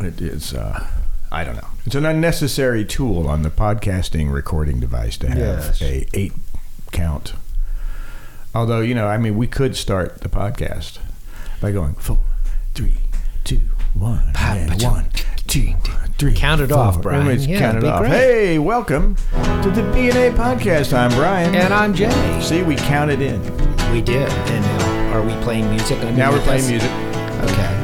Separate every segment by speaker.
Speaker 1: It is. Uh, I don't know. It's an unnecessary tool on the podcasting recording device to have
Speaker 2: Yes.
Speaker 1: a eight count. Although you know, I mean, we could start the podcast by going four, three, two, one, and one, two, three.
Speaker 2: Count it off,
Speaker 1: four.
Speaker 2: Brian.
Speaker 1: Let me just
Speaker 2: Yeah,
Speaker 1: count it
Speaker 2: it'd be
Speaker 1: off.
Speaker 2: great.
Speaker 1: Hey, welcome to the B and A podcast. I'm Brian.
Speaker 2: And I'm Jay.
Speaker 1: See, we counted in.
Speaker 2: We did. And now, are we playing music?
Speaker 1: Now we're
Speaker 2: underneath
Speaker 1: playing
Speaker 2: us?
Speaker 1: music.
Speaker 2: Okay.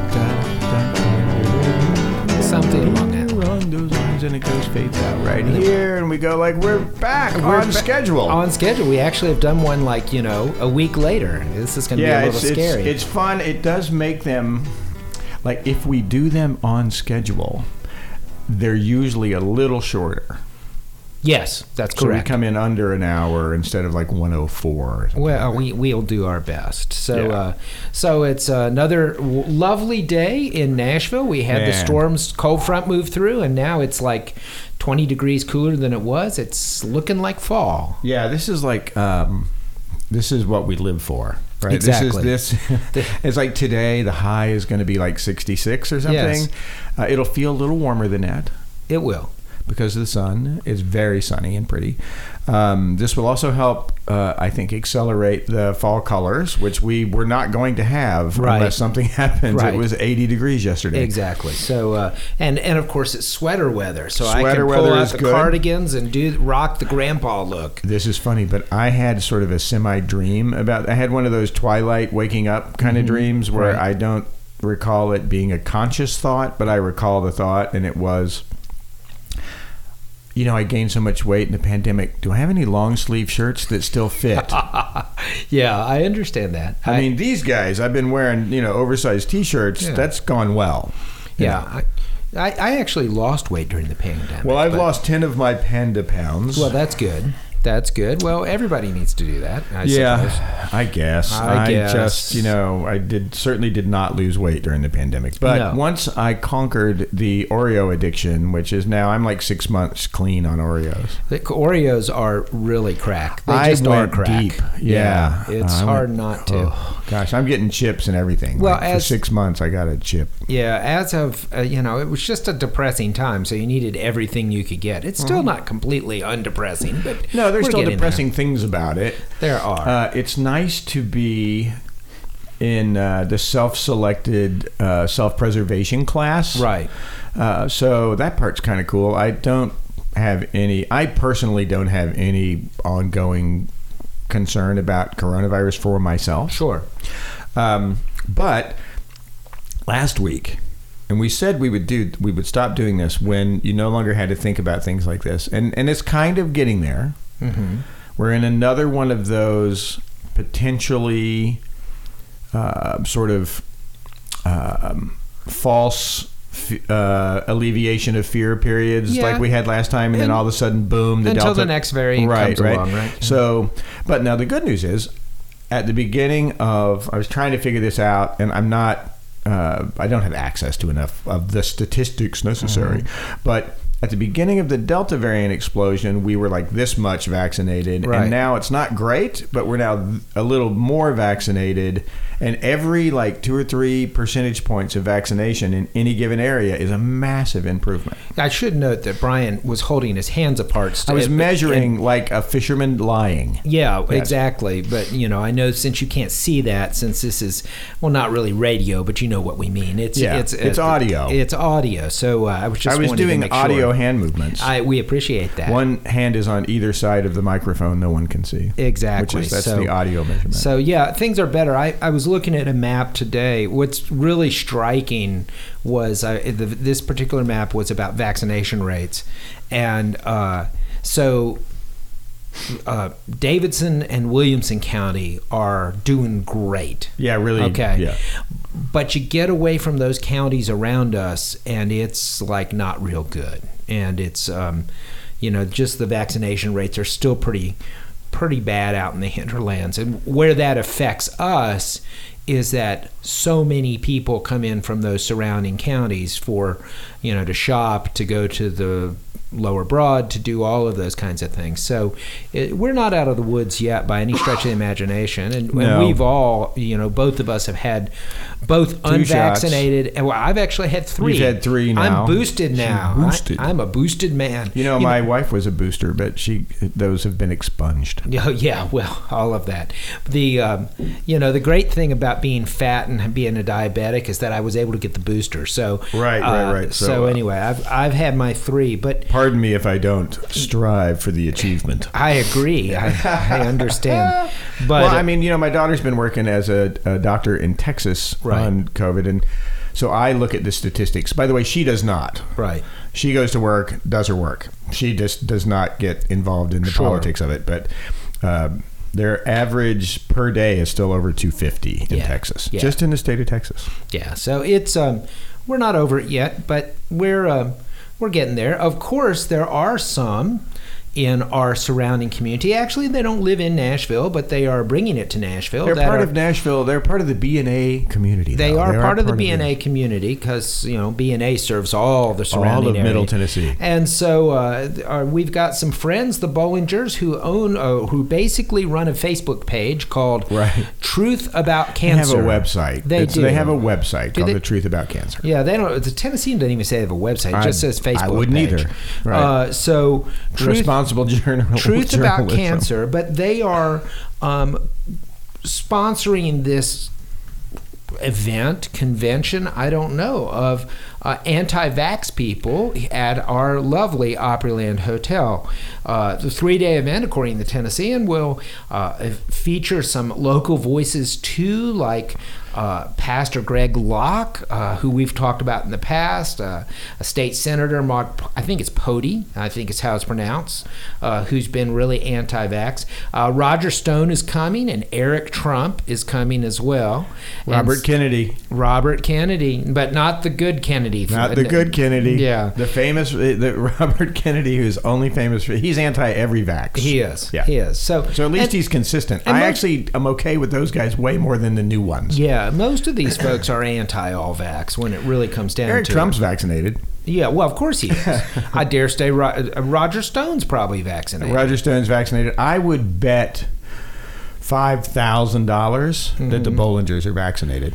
Speaker 2: Something along that line.
Speaker 1: Along those lines, and it goes fades out right here, and we go like we're back
Speaker 2: We're
Speaker 1: on
Speaker 2: ba-
Speaker 1: schedule.
Speaker 2: On schedule. We actually have done one like, you know, a week later. This is going to
Speaker 1: yeah,
Speaker 2: be a
Speaker 1: it's,
Speaker 2: little
Speaker 1: it's
Speaker 2: scary.
Speaker 1: it's fun. It does make them like if we do them on schedule, they're usually a little shorter.
Speaker 2: yes, that's
Speaker 1: So
Speaker 2: correct.
Speaker 1: we come in under an hour instead of like 104. Or something.
Speaker 2: Well, we we'll do our best. So,
Speaker 1: Yeah.
Speaker 2: uh, so it's another w- lovely day in Nashville. We had the
Speaker 1: Man.
Speaker 2: storm's cold front move through, and now it's like twenty degrees cooler than it was. It's looking like fall.
Speaker 1: Yeah, this is like um, this is what we live for, right?
Speaker 2: Exactly.
Speaker 1: This is this. it's like today the high is going to be like 66 or something.
Speaker 2: Yes.
Speaker 1: Uh, it'll feel a little warmer than that
Speaker 2: It will.
Speaker 1: because of the sun. It's very sunny and pretty. Um, this will also help, uh, I think, accelerate the fall colors, which we were not going to have
Speaker 2: Right.
Speaker 1: unless something happens.
Speaker 2: Right.
Speaker 1: It was 80 degrees yesterday.
Speaker 2: Exactly. So, uh, and and of course it's sweater weather. So I
Speaker 1: Sweater
Speaker 2: can pull
Speaker 1: weather
Speaker 2: out
Speaker 1: is
Speaker 2: the
Speaker 1: good.
Speaker 2: cardigans and do rock the grandpa look.
Speaker 1: This is funny, but I had sort of a semi dream about. I had one of those twilight waking up kind of dreams where
Speaker 2: Mm-hmm. Right.
Speaker 1: I don't recall it being a conscious thought, but I recall the thought, and it was, you know, I gained so much weight in the pandemic. Do I have any long sleeve shirts that still fit?
Speaker 2: yeah, I understand that.
Speaker 1: I mean, these guys, I've been wearing, you know, oversized t shirts.
Speaker 2: Yeah.
Speaker 1: That's gone well.
Speaker 2: yeah, I, I I actually lost weight during the pandemic.
Speaker 1: Well, I've
Speaker 2: but-
Speaker 1: lost 10 of my panda pounds.
Speaker 2: Well, that's good. That's good. Well, everybody needs to do that. I Suppose.
Speaker 1: yeah, I guess.
Speaker 2: I
Speaker 1: I,
Speaker 2: guess.
Speaker 1: just, you know, I did certainly did not lose weight during the pandemic. But
Speaker 2: No.
Speaker 1: once I conquered the Oreo addiction, which is now I'm like six months clean on Oreos.
Speaker 2: The Oreos are really crack. They
Speaker 1: I
Speaker 2: just
Speaker 1: went
Speaker 2: are crack.
Speaker 1: deep. Yeah,
Speaker 2: It's
Speaker 1: I went-
Speaker 2: hard not to.
Speaker 1: Oh, gosh, I'm getting chips and everything.
Speaker 2: Well,
Speaker 1: Like, for
Speaker 2: as-
Speaker 1: six months, I got a chip.
Speaker 2: Yeah, as of, uh, you know, it was just a depressing time, so you needed everything you could get. It's still not completely undepressing, but
Speaker 1: No, there's
Speaker 2: we're
Speaker 1: still
Speaker 2: getting
Speaker 1: depressing things about it.
Speaker 2: There, there are.
Speaker 1: Uh, it's nice to be in uh, the self-selected uh, self-preservation class,
Speaker 2: Right.
Speaker 1: Uh, so that part's kind of cool. I don't have any. I personally don't have any ongoing concern about coronavirus for myself.
Speaker 2: Sure.
Speaker 1: Um, but last week, and we said we would do we would stop doing this when you no longer had to think about things like this, and and it's kind of getting there.
Speaker 2: Mm-hmm.
Speaker 1: We're in another one of those potentially uh, sort of um, false. f- Uh, alleviation of fear periods
Speaker 2: Yeah.
Speaker 1: like we had last time, and, then
Speaker 2: And-
Speaker 1: all of a sudden, boom, the
Speaker 2: until
Speaker 1: Delta-
Speaker 2: the next variant
Speaker 1: right,
Speaker 2: comes
Speaker 1: right.
Speaker 2: along, right?
Speaker 1: So, but now the good news is, at the beginning of, I was trying to figure this out, and I'm not, uh, I don't have access to enough of the statistics necessary,
Speaker 2: Mm-hmm.
Speaker 1: but. At the beginning of the Delta variant explosion, we were like this much vaccinated,
Speaker 2: Right.
Speaker 1: and now it's not great, but we're now th- a little more vaccinated. And every like two or three percentage points of vaccination in any given area is a massive improvement.
Speaker 2: I should note that Brian was holding his hands apart.
Speaker 1: I
Speaker 2: st-
Speaker 1: was
Speaker 2: and-
Speaker 1: measuring like a fisherman lying.
Speaker 2: Yeah,
Speaker 1: Yes.
Speaker 2: exactly. But you know, I know since you can't see that, since this is well, not really radio, but you know what we mean. It's
Speaker 1: Yeah,
Speaker 2: it's uh,
Speaker 1: it's audio.
Speaker 2: It's audio. So uh, I was just
Speaker 1: I was
Speaker 2: wanting to
Speaker 1: doing
Speaker 2: make
Speaker 1: audio
Speaker 2: sure.
Speaker 1: hand movements.
Speaker 2: I we appreciate that.
Speaker 1: One hand is on either side of the microphone; no one can see.
Speaker 2: Exactly.
Speaker 1: Which is, that's
Speaker 2: So-
Speaker 1: the audio measurement.
Speaker 2: So yeah, things are better. I, I was looking at a map today. What's really striking was uh, the, this particular map was about vaccination rates, and uh, so uh, Davidson and Williamson County are doing great.
Speaker 1: yeah, really.
Speaker 2: Okay.
Speaker 1: Yeah.
Speaker 2: But you get away from those counties around us, and it's like not real good. And it's, um, you know, just the vaccination rates are still pretty, pretty bad out in the hinterlands. And where that affects us is that so many people come in from those surrounding counties for, you know, to shop, to go to the lower broad, to do all of those kinds of things. So it, we're not out of the woods yet by any stretch of the imagination. And, and
Speaker 1: No.
Speaker 2: we've all, you know, both of us have had both unvaccinated. And well, I've actually had 3
Speaker 1: You've had three now.
Speaker 2: I'm boosted
Speaker 1: She's
Speaker 2: now.
Speaker 1: boosted.
Speaker 2: I, am a boosted man.
Speaker 1: You know, my wife was a booster, but she those have been expunged.
Speaker 2: Yeah, yeah, well, all of that. The um, you know the great thing about being fat and being a diabetic is that I was able to get the booster. So
Speaker 1: Right, right, right.
Speaker 2: So,
Speaker 1: So, uh,
Speaker 2: anyway, I've I've had my three, but
Speaker 1: Pardon me if I don't strive for the achievement.
Speaker 2: I agree. I, I understand. But
Speaker 1: Eh. well, I mean, you know, my daughter's been working as a, a doctor in Texas
Speaker 2: Right.
Speaker 1: on COVID, and so I look at the statistics. By the way, she does not.
Speaker 2: Right.
Speaker 1: She goes to work, does her work. She just does not get involved in the
Speaker 2: Sure.
Speaker 1: politics of it. But uh, their average per day is still over 250 in
Speaker 2: Yeah.
Speaker 1: Texas,
Speaker 2: Yeah.
Speaker 1: just in the state of Texas.
Speaker 2: yeah, so it's um, we're not over it yet, but we're um, we're getting there. Of course, there are some in our surrounding community. Actually, they don't live in Nashville, but they are bringing it to Nashville.
Speaker 1: They're
Speaker 2: that
Speaker 1: part
Speaker 2: are-
Speaker 1: of Nashville. They're part of the BNA community.
Speaker 2: They
Speaker 1: though.
Speaker 2: are,
Speaker 1: They
Speaker 2: part of the BNA community because you know BNA serves all the surrounding
Speaker 1: of Middle
Speaker 2: area.
Speaker 1: Tennessee.
Speaker 2: and so uh, th- uh, we've got some friends, the Bollingers, who own uh, who basically run a Facebook page called
Speaker 1: Right.
Speaker 2: Truth About
Speaker 1: They have
Speaker 2: Cancer.
Speaker 1: a website.
Speaker 2: They
Speaker 1: It's-
Speaker 2: do.
Speaker 1: They have a website
Speaker 2: Do
Speaker 1: called
Speaker 2: they-
Speaker 1: The Truth About Cancer.
Speaker 2: Yeah, they don't. The Tennessee doesn't even say they have a website. It
Speaker 1: I-
Speaker 2: just says
Speaker 1: I
Speaker 2: Facebook.
Speaker 1: wouldn't
Speaker 2: page.
Speaker 1: either. Right.
Speaker 2: Uh, so truth,
Speaker 1: Responsible journal-
Speaker 2: truth about
Speaker 1: journalism.
Speaker 2: cancer, but they are um, sponsoring this event convention i don't know of uh, anti-vax people at our lovely opryland hotel uh, the three-day event according to the tennessean will uh, feature some local voices too like uh, pastor greg locke uh, who we've talked about in the past uh, a state senator mark i think it's pody i think it's how it's pronounced uh, who's been really anti-vax uh, roger stone is coming and eric trump is coming as well And
Speaker 1: Robert Kennedy,
Speaker 2: Robert Kennedy, but not the good Kennedy.
Speaker 1: not the good Kennedy.
Speaker 2: Yeah.
Speaker 1: the famous uh, the Robert Kennedy, who's only famous for he's anti every vax.
Speaker 2: He is.
Speaker 1: Yeah.
Speaker 2: He is. So,
Speaker 1: So at least
Speaker 2: and-
Speaker 1: he's consistent.
Speaker 2: and
Speaker 1: I
Speaker 2: most-
Speaker 1: actually am okay with those guys way more than the new ones.
Speaker 2: Yeah, most of these folks are anti all vax when it really comes down
Speaker 1: Eric
Speaker 2: to
Speaker 1: Trump's vaccinated.
Speaker 2: it. Yeah, well, of course he is. I dare say Ro- uh, Roger Stone's probably vaccinated.
Speaker 1: Roger Stone's vaccinated. I would bet five dollars that
Speaker 2: Mm-hmm.
Speaker 1: the Bollingers are vaccinated.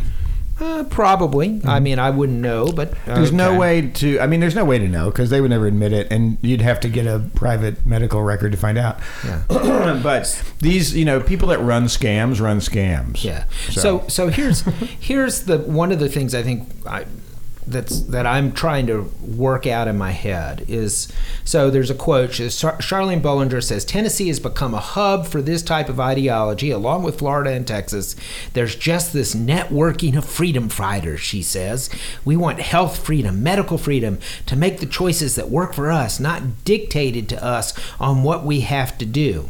Speaker 2: Uh, probably. I mean, I wouldn't know, but.
Speaker 1: Mm-hmm. There's no
Speaker 2: okay.
Speaker 1: way to. I mean, there's no way to know because they would never admit it, and you'd have to get a private medical record to find out. but these, you know, people that run scams run scams.
Speaker 2: Yeah.
Speaker 1: So-
Speaker 2: So so, here's here's the one of the things I think I, that's that I'm trying to work out in my head is so there's a quote she- Char- Charlene Bollinger says Tennessee has become a hub for this type of ideology along with Florida and Texas. There's just this networking of freedom fighters, she says. We want health freedom, medical freedom to make the choices that work for us, not dictated to us on what we have to do.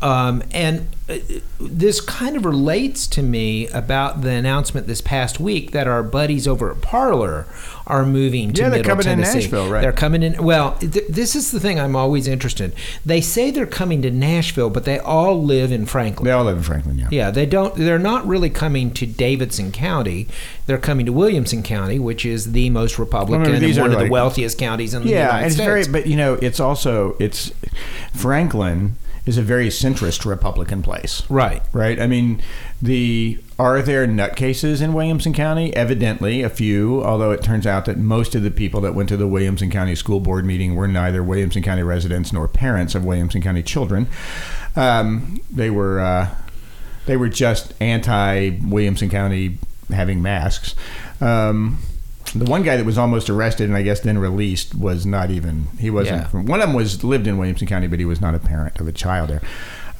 Speaker 2: Um, and uh, this kind of relates to me about the announcement this past week that our buddies over at Parlor are moving to
Speaker 1: Yeah, they're
Speaker 2: Middle
Speaker 1: coming to
Speaker 2: Tennessee.
Speaker 1: Nashville, right?
Speaker 2: They're coming in. Well, th- this is the thing I'm always interested. They say they're coming to Nashville, but they all live in Franklin.
Speaker 1: They all live in Franklin, yeah.
Speaker 2: Yeah, they don't. They're not really coming to Davidson County. They're coming to Williamson County, which is the most Republican
Speaker 1: these
Speaker 2: and
Speaker 1: are
Speaker 2: one of
Speaker 1: like-
Speaker 2: the wealthiest counties in the
Speaker 1: Yeah,
Speaker 2: United
Speaker 1: and it's
Speaker 2: States.
Speaker 1: very. But you know, it's also it's Franklin is a very centrist Republican place.
Speaker 2: right.
Speaker 1: Right. I mean, the are there nutcases in Williamson County? Evidently, a few. Although it turns out that most of the people that went to the Williamson County School Board meeting were neither Williamson County residents nor parents of Williamson County children. Um, they were uh, they were just anti Williamson County having masks. Um, the one guy that was almost arrested and I guess then released was not even he wasn't
Speaker 2: Yeah.
Speaker 1: from one of them was lived in Williamson County, but he was not a parent of a child there.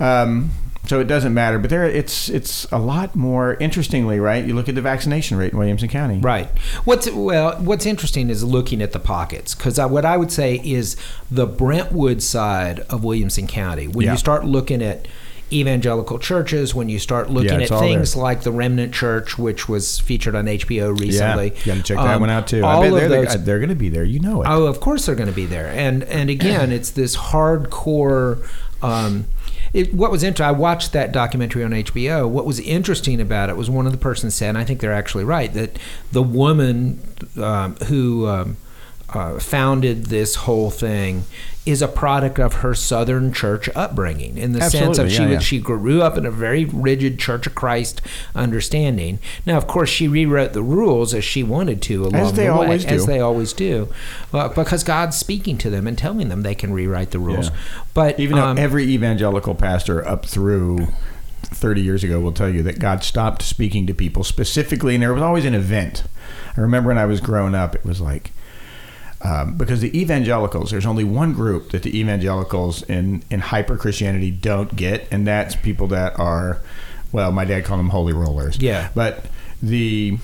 Speaker 1: Um, so it doesn't matter, but there it's it's a lot more interestingly, right? You look at the vaccination rate in Williamson County,
Speaker 2: Right. What's well, what's interesting is looking at the pockets because I, what I would say is the Brentwood side of Williamson County. When
Speaker 1: Yeah.
Speaker 2: you start looking at evangelical churches, when you start looking
Speaker 1: it's
Speaker 2: at
Speaker 1: all there.
Speaker 2: things like the Remnant Church, which was featured on HBO recently,
Speaker 1: Yeah, you got to check that
Speaker 2: um,
Speaker 1: one out too.
Speaker 2: All
Speaker 1: I bet
Speaker 2: of
Speaker 1: they're, the-
Speaker 2: those,
Speaker 1: they're going to be there. You know it.
Speaker 2: Oh, of course they're going to be there. And and again, it's this hardcore. Um, it, what was interesting, I watched that documentary on HBO. What was interesting about it was one of the persons said, and I think they're actually right, that the woman um, who um, uh, founded this whole thing is a product of her Southern church upbringing in the sense
Speaker 1: Absolutely,
Speaker 2: of she
Speaker 1: yeah,
Speaker 2: would
Speaker 1: yeah.
Speaker 2: she grew up in a very rigid Church of Christ understanding. Now, of course, she rewrote the rules as she wanted to along
Speaker 1: they
Speaker 2: the way,
Speaker 1: always
Speaker 2: as
Speaker 1: do.
Speaker 2: they always do, uh, because God's speaking to them and telling them they can rewrite the rules.
Speaker 1: Yeah.
Speaker 2: But
Speaker 1: Even though
Speaker 2: um,
Speaker 1: every evangelical pastor up through 30 years ago will tell you that God stopped speaking to people specifically, and there was always an event. I remember when I was growing up, it was like, um, because the evangelicals, there's only one group that the evangelicals in, in hyper Christianity don't get, and that's people that are, well, my dad called them holy rollers.
Speaker 2: Yeah.
Speaker 1: But the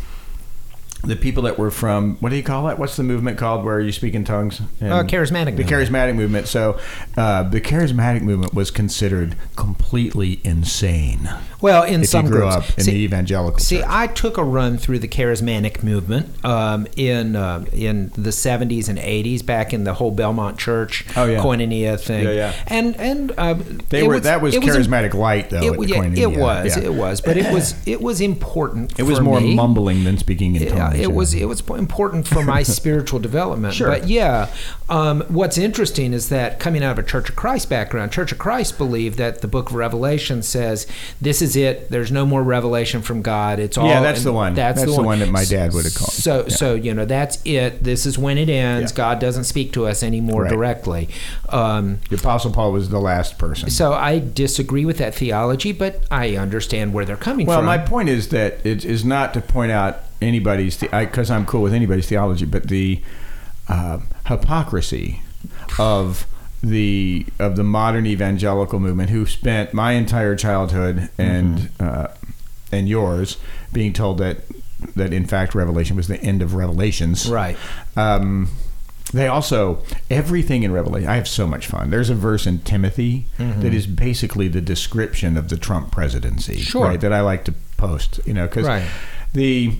Speaker 1: the people that were from what do you call it? What's the movement called where you speak in tongues? And
Speaker 2: Uh, charismatic
Speaker 1: The
Speaker 2: movement.
Speaker 1: charismatic movement. So uh, the charismatic movement was considered completely insane.
Speaker 2: well, in
Speaker 1: if
Speaker 2: some
Speaker 1: you grew
Speaker 2: groups,
Speaker 1: up in
Speaker 2: See,
Speaker 1: the evangelical.
Speaker 2: See,
Speaker 1: church.
Speaker 2: I took a run through the charismatic movement um, in uh, in the '70s and '80s, back in the whole Belmont Church
Speaker 1: Oh, yeah.
Speaker 2: Koinonia thing.
Speaker 1: Yeah, yeah.
Speaker 2: And and uh,
Speaker 1: they
Speaker 2: it
Speaker 1: were that was
Speaker 2: it
Speaker 1: charismatic light though.
Speaker 2: It,
Speaker 1: at the
Speaker 2: wa- yeah,
Speaker 1: Koinonia.
Speaker 2: it was,
Speaker 1: Yeah.
Speaker 2: it was, but it was, it was important.
Speaker 1: It was
Speaker 2: for
Speaker 1: more
Speaker 2: me.
Speaker 1: mumbling than speaking in
Speaker 2: Yeah,
Speaker 1: tongues.
Speaker 2: it
Speaker 1: yeah.
Speaker 2: was it was important for my spiritual development.
Speaker 1: Sure.
Speaker 2: But yeah, um, what's interesting is that coming out of a Church of Christ background, Church of Christ believed that the Book of Revelation says this is it. There's no more revelation from God. It's all.
Speaker 1: Yeah, that's
Speaker 2: and
Speaker 1: the one.
Speaker 2: That's, the, one.
Speaker 1: that my dad would have called.
Speaker 2: So so you know that's it. This is when it ends.
Speaker 1: Yeah.
Speaker 2: God doesn't speak to us anymore
Speaker 1: Right.
Speaker 2: directly. Um,
Speaker 1: The Apostle Paul was the last person.
Speaker 2: so I disagree with that theology, but I understand where they're coming
Speaker 1: Well,
Speaker 2: from.
Speaker 1: my point is that it is not to point out anybody's because I'm cool with anybody's theology, but the uh, hypocrisy of the of the modern evangelical movement, who spent my entire childhood and
Speaker 2: Mm-hmm.
Speaker 1: uh, and yours being told that that in fact Revelation was the end of Revelations,
Speaker 2: Right.
Speaker 1: um, they also everything in Revelation. I have so much fun. There's a verse in Timothy
Speaker 2: Mm-hmm.
Speaker 1: that is basically the description of the Trump presidency,
Speaker 2: Sure.
Speaker 1: right? That I like to post, you know, because
Speaker 2: Right.
Speaker 1: the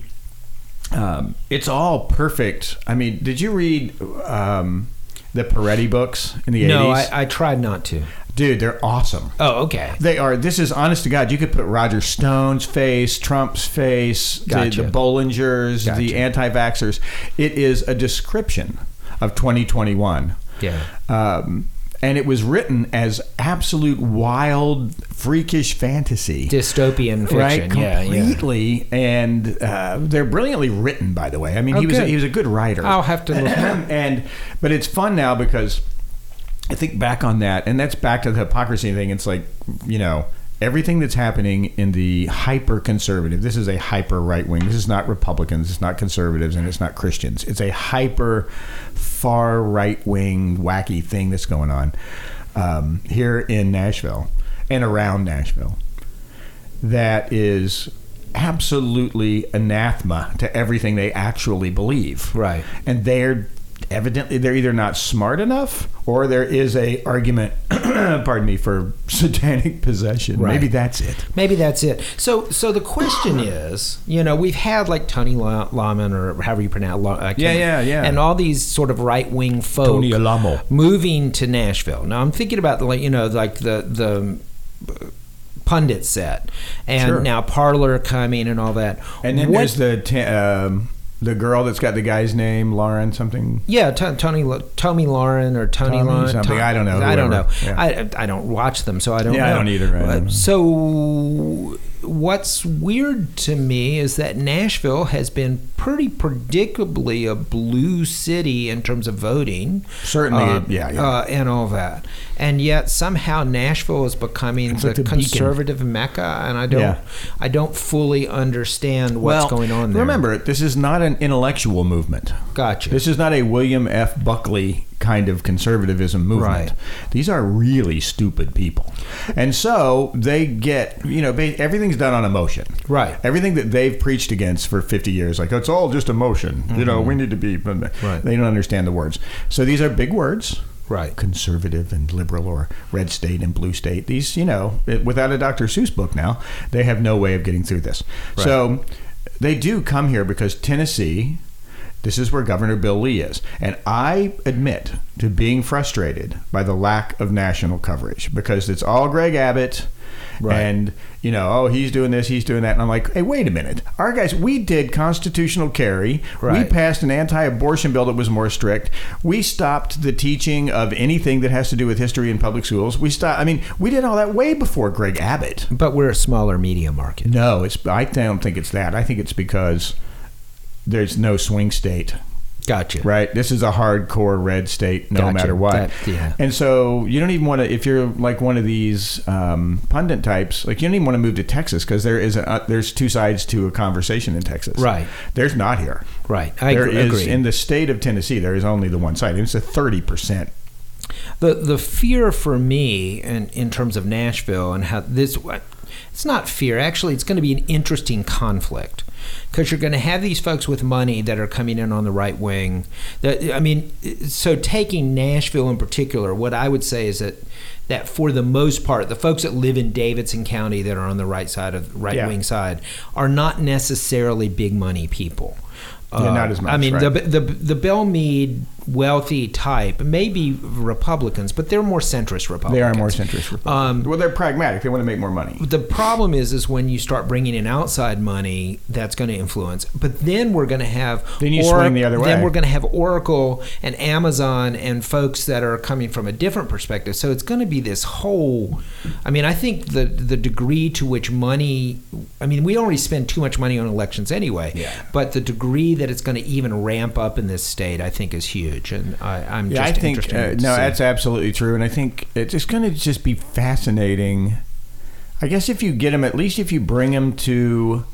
Speaker 1: um, it's all perfect. I mean, did you read um, the Peretti books in the
Speaker 2: no,
Speaker 1: 80s?
Speaker 2: I, I tried not to.
Speaker 1: Dude, they're awesome.
Speaker 2: Oh, okay.
Speaker 1: They are. This is honest to God. You could put Roger Stone's face, Trump's face,
Speaker 2: Gotcha.
Speaker 1: the, the Bollingers,
Speaker 2: Gotcha.
Speaker 1: the anti-vaxxers. It is a description of 2021.
Speaker 2: Yeah.
Speaker 1: Um, and it was written as absolute wild, freakish fantasy.
Speaker 2: dystopian fiction.
Speaker 1: Right,
Speaker 2: yeah, yeah.
Speaker 1: completely, and uh, they're brilliantly written. By the way, I mean,
Speaker 2: Oh,
Speaker 1: he was a,
Speaker 2: good.
Speaker 1: he was a good writer.
Speaker 2: I'll have to look.
Speaker 1: and but it's fun now because I think back on that, and that's back to the hypocrisy thing. It's like you know everything that's happening in the hyper conservative. This is a hyper right wing. This is not Republicans. It's not conservatives, and it's not Christians. It's a hyper far right wing wacky thing that's going on um, here in Nashville and around Nashville that is absolutely anathema to everything they actually believe.
Speaker 2: Right.
Speaker 1: And they're evidently they're either not smart enough or there is a argument pardon me for satanic possession.
Speaker 2: Right.
Speaker 1: Maybe that's it.
Speaker 2: Maybe that's it. So, so the question is, you know, we've had like Tony La- Laman or however you pronounce, La- I can't-
Speaker 1: Yeah, yeah, yeah.
Speaker 2: and all these sort of right wing folk
Speaker 1: Tony Alamo.
Speaker 2: moving to Nashville. Now, I'm thinking about the, like, you know, like the the pundit set, and
Speaker 1: Sure.
Speaker 2: now Parlor coming and all that.
Speaker 1: And then
Speaker 2: What-
Speaker 1: there's the ta- um, the girl that's got the guy's name, Lauren something.
Speaker 2: Yeah, T- Tony, Lo- Tommy Lauren or Tony
Speaker 1: Tommy
Speaker 2: Lauren.
Speaker 1: something,
Speaker 2: Tom-
Speaker 1: I don't know,
Speaker 2: I don't know.
Speaker 1: whoever. Yeah.
Speaker 2: I, I don't watch them, so I don't
Speaker 1: Yeah, I
Speaker 2: know.
Speaker 1: don't either, I don't know.
Speaker 2: So, what's weird to me is that Nashville has been pretty predictably a blue city in terms of voting.
Speaker 1: Certainly,
Speaker 2: uh,
Speaker 1: yeah, yeah.
Speaker 2: Uh, and all that. And yet, somehow, Nashville is becoming
Speaker 1: It's
Speaker 2: the
Speaker 1: like the beacon.
Speaker 2: conservative mecca, and I don't,
Speaker 1: Yeah.
Speaker 2: I don't fully understand what's going on there.
Speaker 1: Remember, this is not an intellectual movement.
Speaker 2: Gotcha.
Speaker 1: This is not a William F. Buckley kind of conservatism movement.
Speaker 2: Right.
Speaker 1: These are really stupid people. And so they get, you know, ba- everything's done on emotion.
Speaker 2: Right.
Speaker 1: Everything that they've preached against for 50 years, like, it's all just emotion. You know, we need to be.
Speaker 2: Mm-hmm. Right.
Speaker 1: They don't understand the words. So these are big words.
Speaker 2: Right.
Speaker 1: Conservative and liberal, or red state and blue state. These, you know, it- without a Dr. Seuss book now, they have no way of getting through this. So they do come here because Tennessee, this is where Governor Bill Lee is. And I admit to being frustrated by the lack of national coverage because it's all Greg Abbott
Speaker 2: Right.
Speaker 1: and you know oh he's doing this he's doing that and i'm like hey wait a minute our guys we did constitutional carry
Speaker 2: Right.
Speaker 1: we passed an anti-abortion bill that was more strict we stopped the teaching of anything that has to do with history in public schools we stopped i mean we did all that way before greg abbott
Speaker 2: But we're a smaller media market.
Speaker 1: no it's i don't think it's that i think it's because there's no swing state
Speaker 2: Gotcha.
Speaker 1: Right. This is a hardcore red state, no
Speaker 2: Gotcha.
Speaker 1: matter what.
Speaker 2: That- yeah.
Speaker 1: And so you don't even want to, if you're like one of these um, pundit types, like you don't even want to move to Texas because there is a, uh, there's two sides to a conversation in Texas.
Speaker 2: Right.
Speaker 1: There's not here.
Speaker 2: Right. I
Speaker 1: There
Speaker 2: ag-
Speaker 1: is-
Speaker 2: agree.
Speaker 1: in the state of Tennessee. There is only the one side. And it's a thirty percent.
Speaker 2: the the fear for me and in terms of Nashville and how this it's not fear actually it's going to be an interesting conflict because you're going to have these folks with money that are coming in on the right wing that I mean so taking Nashville in particular what I would say is that that for the most part the folks that live in Davidson County that are on the right side of right
Speaker 1: Yeah.
Speaker 2: wing side are not necessarily big money people Uh,
Speaker 1: Yeah, not as
Speaker 2: I
Speaker 1: much,
Speaker 2: mean,
Speaker 1: right.
Speaker 2: the the the Bellmead wealthy type may be Republicans, but they're more centrist Republicans.
Speaker 1: They are more centrist.
Speaker 2: Um,
Speaker 1: Republicans. well, they're pragmatic. They want to make more money.
Speaker 2: The problem is, is when you start bringing in outside money, that's going to influence. But then we're going to have
Speaker 1: Then you swing the other
Speaker 2: Then
Speaker 1: way.
Speaker 2: we're going to have Oracle and Amazon and folks that are coming from a different perspective. So it's going to be this whole. I mean, I think the the degree to which money. I mean, we already spend too much money on elections anyway.
Speaker 1: Yeah.
Speaker 2: But the degree that it's going to even ramp up in this state, I think, is huge, and I, I'm
Speaker 1: Yeah,
Speaker 2: just
Speaker 1: I think uh,
Speaker 2: interested to
Speaker 1: no,
Speaker 2: see.
Speaker 1: that's absolutely true, and I think it's just going to just be fascinating. I guess if you get them, at least if you bring them to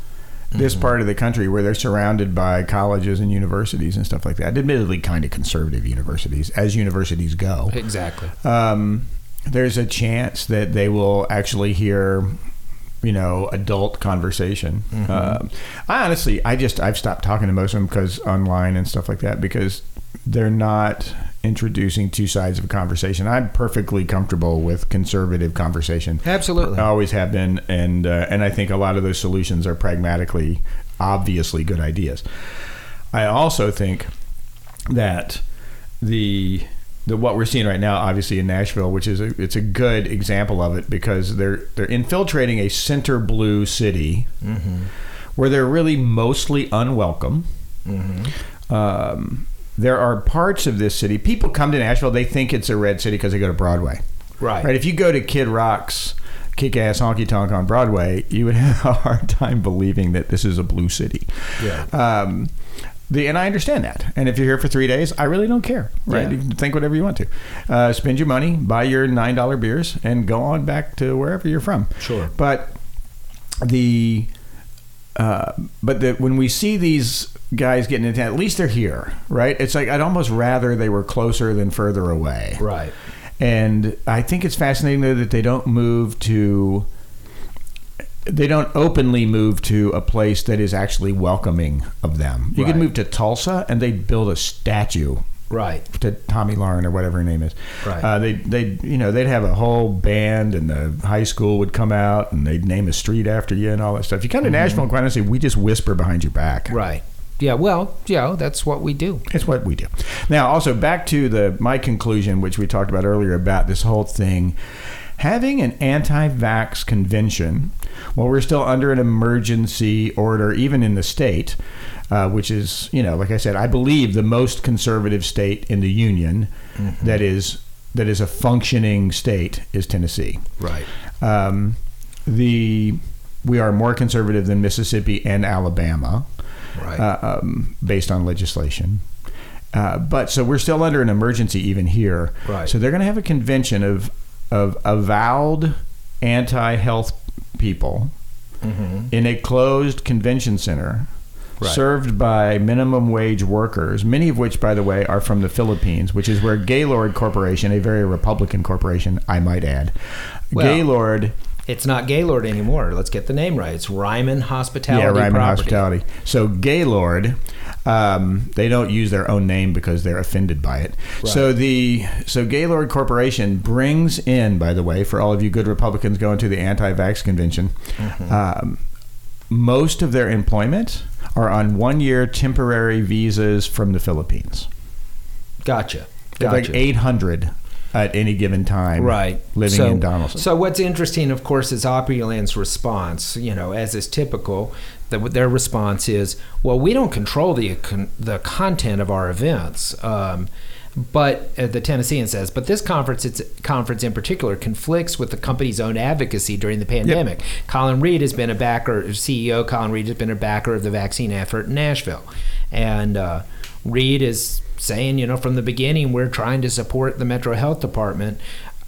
Speaker 1: this
Speaker 2: Mm-hmm.
Speaker 1: part of the country where they're surrounded by colleges and universities and stuff like that, admittedly, kind of conservative universities, as universities go
Speaker 2: exactly.
Speaker 1: um, there's a chance that they will actually hear you know adult conversation Um, i honestly i just i've stopped talking to most of them because online and stuff like that because they're not introducing two sides of a conversation i'm perfectly comfortable with conservative conversation
Speaker 2: Absolutely.
Speaker 1: I always have been, and uh, and I think a lot of those solutions are pragmatically, obviously good ideas. I also think that the the what we're seeing right now, obviously in Nashville, which is a, it's a good example of it because they're they're infiltrating a center blue city
Speaker 2: Mm-hmm.
Speaker 1: where they're really mostly unwelcome.
Speaker 2: Mm-hmm.
Speaker 1: Um, there are parts of this city. People come to Nashville, they think it's a red city because they go to Broadway.
Speaker 2: Right.
Speaker 1: Right. If you go to Kid Rock's kick ass honky tonk on Broadway, you would have a hard time believing that this is a blue city.
Speaker 2: Yeah.
Speaker 1: Um, the, and I understand that. And if you're here for three days, I really don't care. Right.
Speaker 2: Yeah.
Speaker 1: You can think whatever you want to. Uh, spend your money, buy your $9 beers, and go on back to wherever you're from.
Speaker 2: Sure.
Speaker 1: But the uh, but the, when we see these guys getting into at least they're here, right? It's like I'd almost rather they were closer than further away.
Speaker 2: Right.
Speaker 1: And I think it's fascinating though that they don't move to they don't openly move to a place that is actually welcoming of them. You
Speaker 2: Right.
Speaker 1: could move to Tulsa and they'd build a statue
Speaker 2: Right.
Speaker 1: to Tommy Lauren or whatever her name is.
Speaker 2: Right.
Speaker 1: Uh, they they you know they'd have a whole band and the high school would come out and they'd name a street after you and all that stuff. You come
Speaker 2: Mm-hmm.
Speaker 1: to Nashville and quite honestly, we just whisper behind your back.
Speaker 2: Right. Yeah. Well, yeah, that's what we do.
Speaker 1: It's what we do. Now, also back to the my conclusion, which we talked about earlier about this whole thing. Having an anti-vax convention while we're still under an emergency order, even in the state, uh, which is, you know, like I said, I believe the most conservative state in the union that is that is a functioning state is Tennessee.
Speaker 2: Right.
Speaker 1: Um, the we are more conservative than Mississippi and Alabama
Speaker 2: Right.
Speaker 1: uh, um, based on legislation. Uh, but so we're still under an emergency even here.
Speaker 2: Right.
Speaker 1: So they're going to have a convention of of avowed anti-health people in a closed convention center.
Speaker 2: Mm-hmm. Right.
Speaker 1: Served by minimum wage workers, many of which, by the way, are from the Philippines, which is where Gaylord Corporation, a very Republican corporation, I might add,
Speaker 2: Well,
Speaker 1: Gaylord
Speaker 2: it's not Gaylord anymore. Let's get the name right. It's Ryman Hospitality.
Speaker 1: Yeah, Ryman
Speaker 2: Property.
Speaker 1: Hospitality. So Gaylord, um, they don't use their own name because they're offended by it. So the so Gaylord Corporation brings in, by the way, for all of you good Republicans going to the anti-vax convention,
Speaker 2: Mm-hmm.
Speaker 1: um, most of their employment are on one-year temporary visas from the Philippines.
Speaker 2: Gotcha.
Speaker 1: They're
Speaker 2: Gotcha.
Speaker 1: Like 800 at any given time
Speaker 2: right
Speaker 1: living
Speaker 2: so,
Speaker 1: in Donaldson.
Speaker 2: So what's interesting, of course, is Opulent's response. You know, as is typical, the, their response is, "Well, we don't control the con- the content of our events." Um, but uh, the Tennessean says, but this conference, it's, conference in particular, conflicts with the company's own advocacy during the pandemic. Colin Reed has been a backer, CEO Colin Reed has been a backer of the vaccine effort in Nashville, and uh, Reed is saying, you know, from the beginning, we're trying to support the Metro Health Department.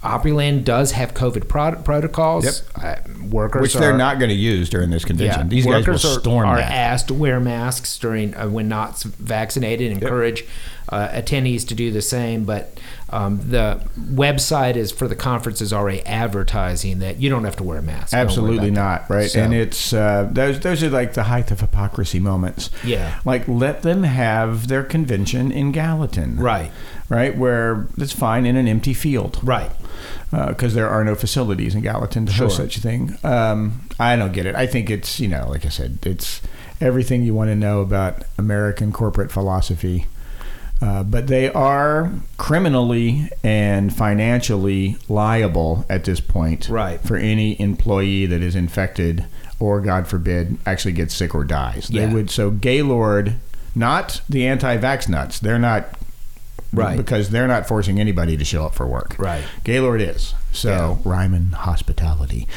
Speaker 2: Opryland does have COVID prot- protocols.
Speaker 1: Yep.
Speaker 2: Uh, workers
Speaker 1: which they're
Speaker 2: are-
Speaker 1: not going to use during this convention. These guys will
Speaker 2: workers are,
Speaker 1: storm
Speaker 2: are
Speaker 1: that.
Speaker 2: asked to wear masks during uh, when not s- vaccinated. Encourage uh, attendees to do the same, but um, the website is for the conference is already advertising that you don't have to wear a mask. Don't worry
Speaker 1: Absolutely
Speaker 2: about
Speaker 1: not,
Speaker 2: that.
Speaker 1: right?
Speaker 2: So-
Speaker 1: And it's uh, those those are like the height of hypocrisy moments.
Speaker 2: Yeah.
Speaker 1: like let them have their convention in Gallatin,
Speaker 2: Right.
Speaker 1: Right, where it's fine in an empty field,
Speaker 2: right.
Speaker 1: Because uh, there are no facilities in Gallatin to host
Speaker 2: Sure.
Speaker 1: such a thing. Um, I don't get it. I think it's you know, like I said, it's everything you want to know about American corporate philosophy. Uh, but they are criminally and financially liable at this point
Speaker 2: Right.
Speaker 1: for any employee that is infected or god forbid actually gets sick or dies they
Speaker 2: Yeah.
Speaker 1: would so gaylord not the anti-vax nuts they're not
Speaker 2: Right.
Speaker 1: because they're not forcing anybody to show up for work
Speaker 2: Right.
Speaker 1: gaylord is so ryman hospitality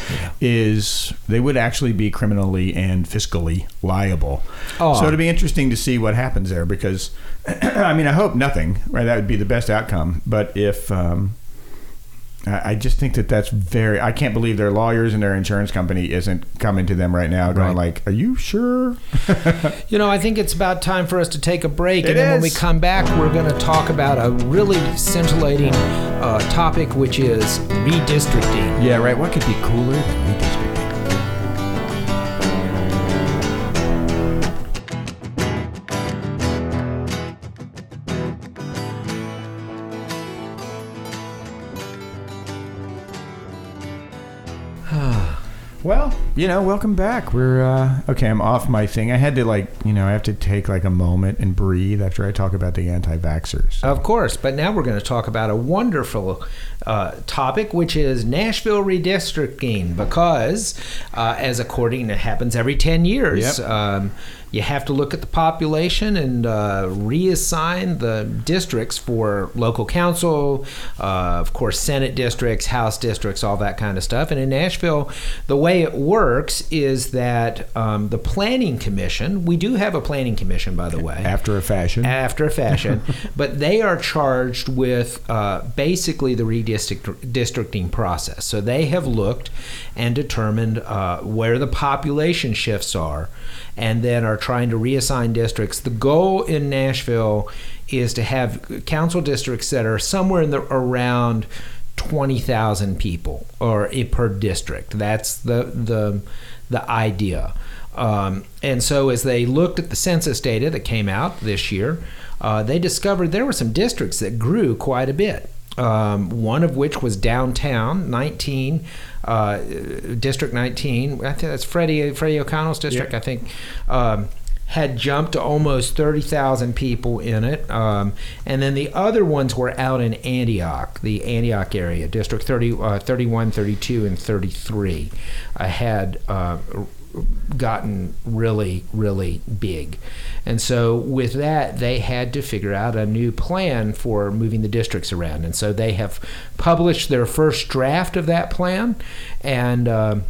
Speaker 1: is they would actually be criminally and fiscally liable
Speaker 2: Oh.
Speaker 1: so it'll be interesting to see what happens there because i mean i hope nothing right that would be the best outcome but if um, I I just think that that's very. I can't believe their lawyers and their insurance company isn't coming to them right now, going
Speaker 2: Right.
Speaker 1: like, "Are you sure?"
Speaker 2: You know, I think it's about time for us to take a break, and
Speaker 1: It
Speaker 2: then when we
Speaker 1: is.
Speaker 2: come back, we're going to talk about a really scintillating uh, topic, which is redistricting.
Speaker 1: Yeah, right. What could be cooler than redistricting? Well, you know, welcome back. We're uh, okay. I'm off my thing. I had to like, you know, I have to take like a moment and breathe after I talk about the anti-vaxxers.
Speaker 2: Of course, but now we're going to talk about a wonderful uh, topic, which is Nashville redistricting, because, uh, as according it happens every ten years,
Speaker 1: Yep.
Speaker 2: um, you have to look at the population and uh, reassign the districts for local council, uh, of course, Senate districts, House districts, all that kind of stuff. And in Nashville, the way it works is that um, the Planning Commission, we do have a Planning Commission, by the way
Speaker 1: After a fashion,
Speaker 2: after a fashion, but they are charged with uh, basically the redistricting process. So they have looked and determined uh, where the population shifts are, and then are trying to reassign districts. The goal in Nashville is to have council districts that are somewhere in the around. 20,000 people or i- per district. That's the the the idea. Um, and so as they looked at the census data that came out this year, uh, they discovered there were some districts that grew quite a bit. Um, one of which was downtown, 19, uh, District 19. I think that's Freddie, Freddie O'Connell's district, I think. Um, had jumped to almost 30,000 people in it. Um, and then the other ones were out in Antioch, the Antioch area, District 30, uh, 31, 32, and 33. I had uh, gotten really, really big. And so with that, they had to figure out a new plan for moving the districts around. And so they have published their first draft of that plan. And. um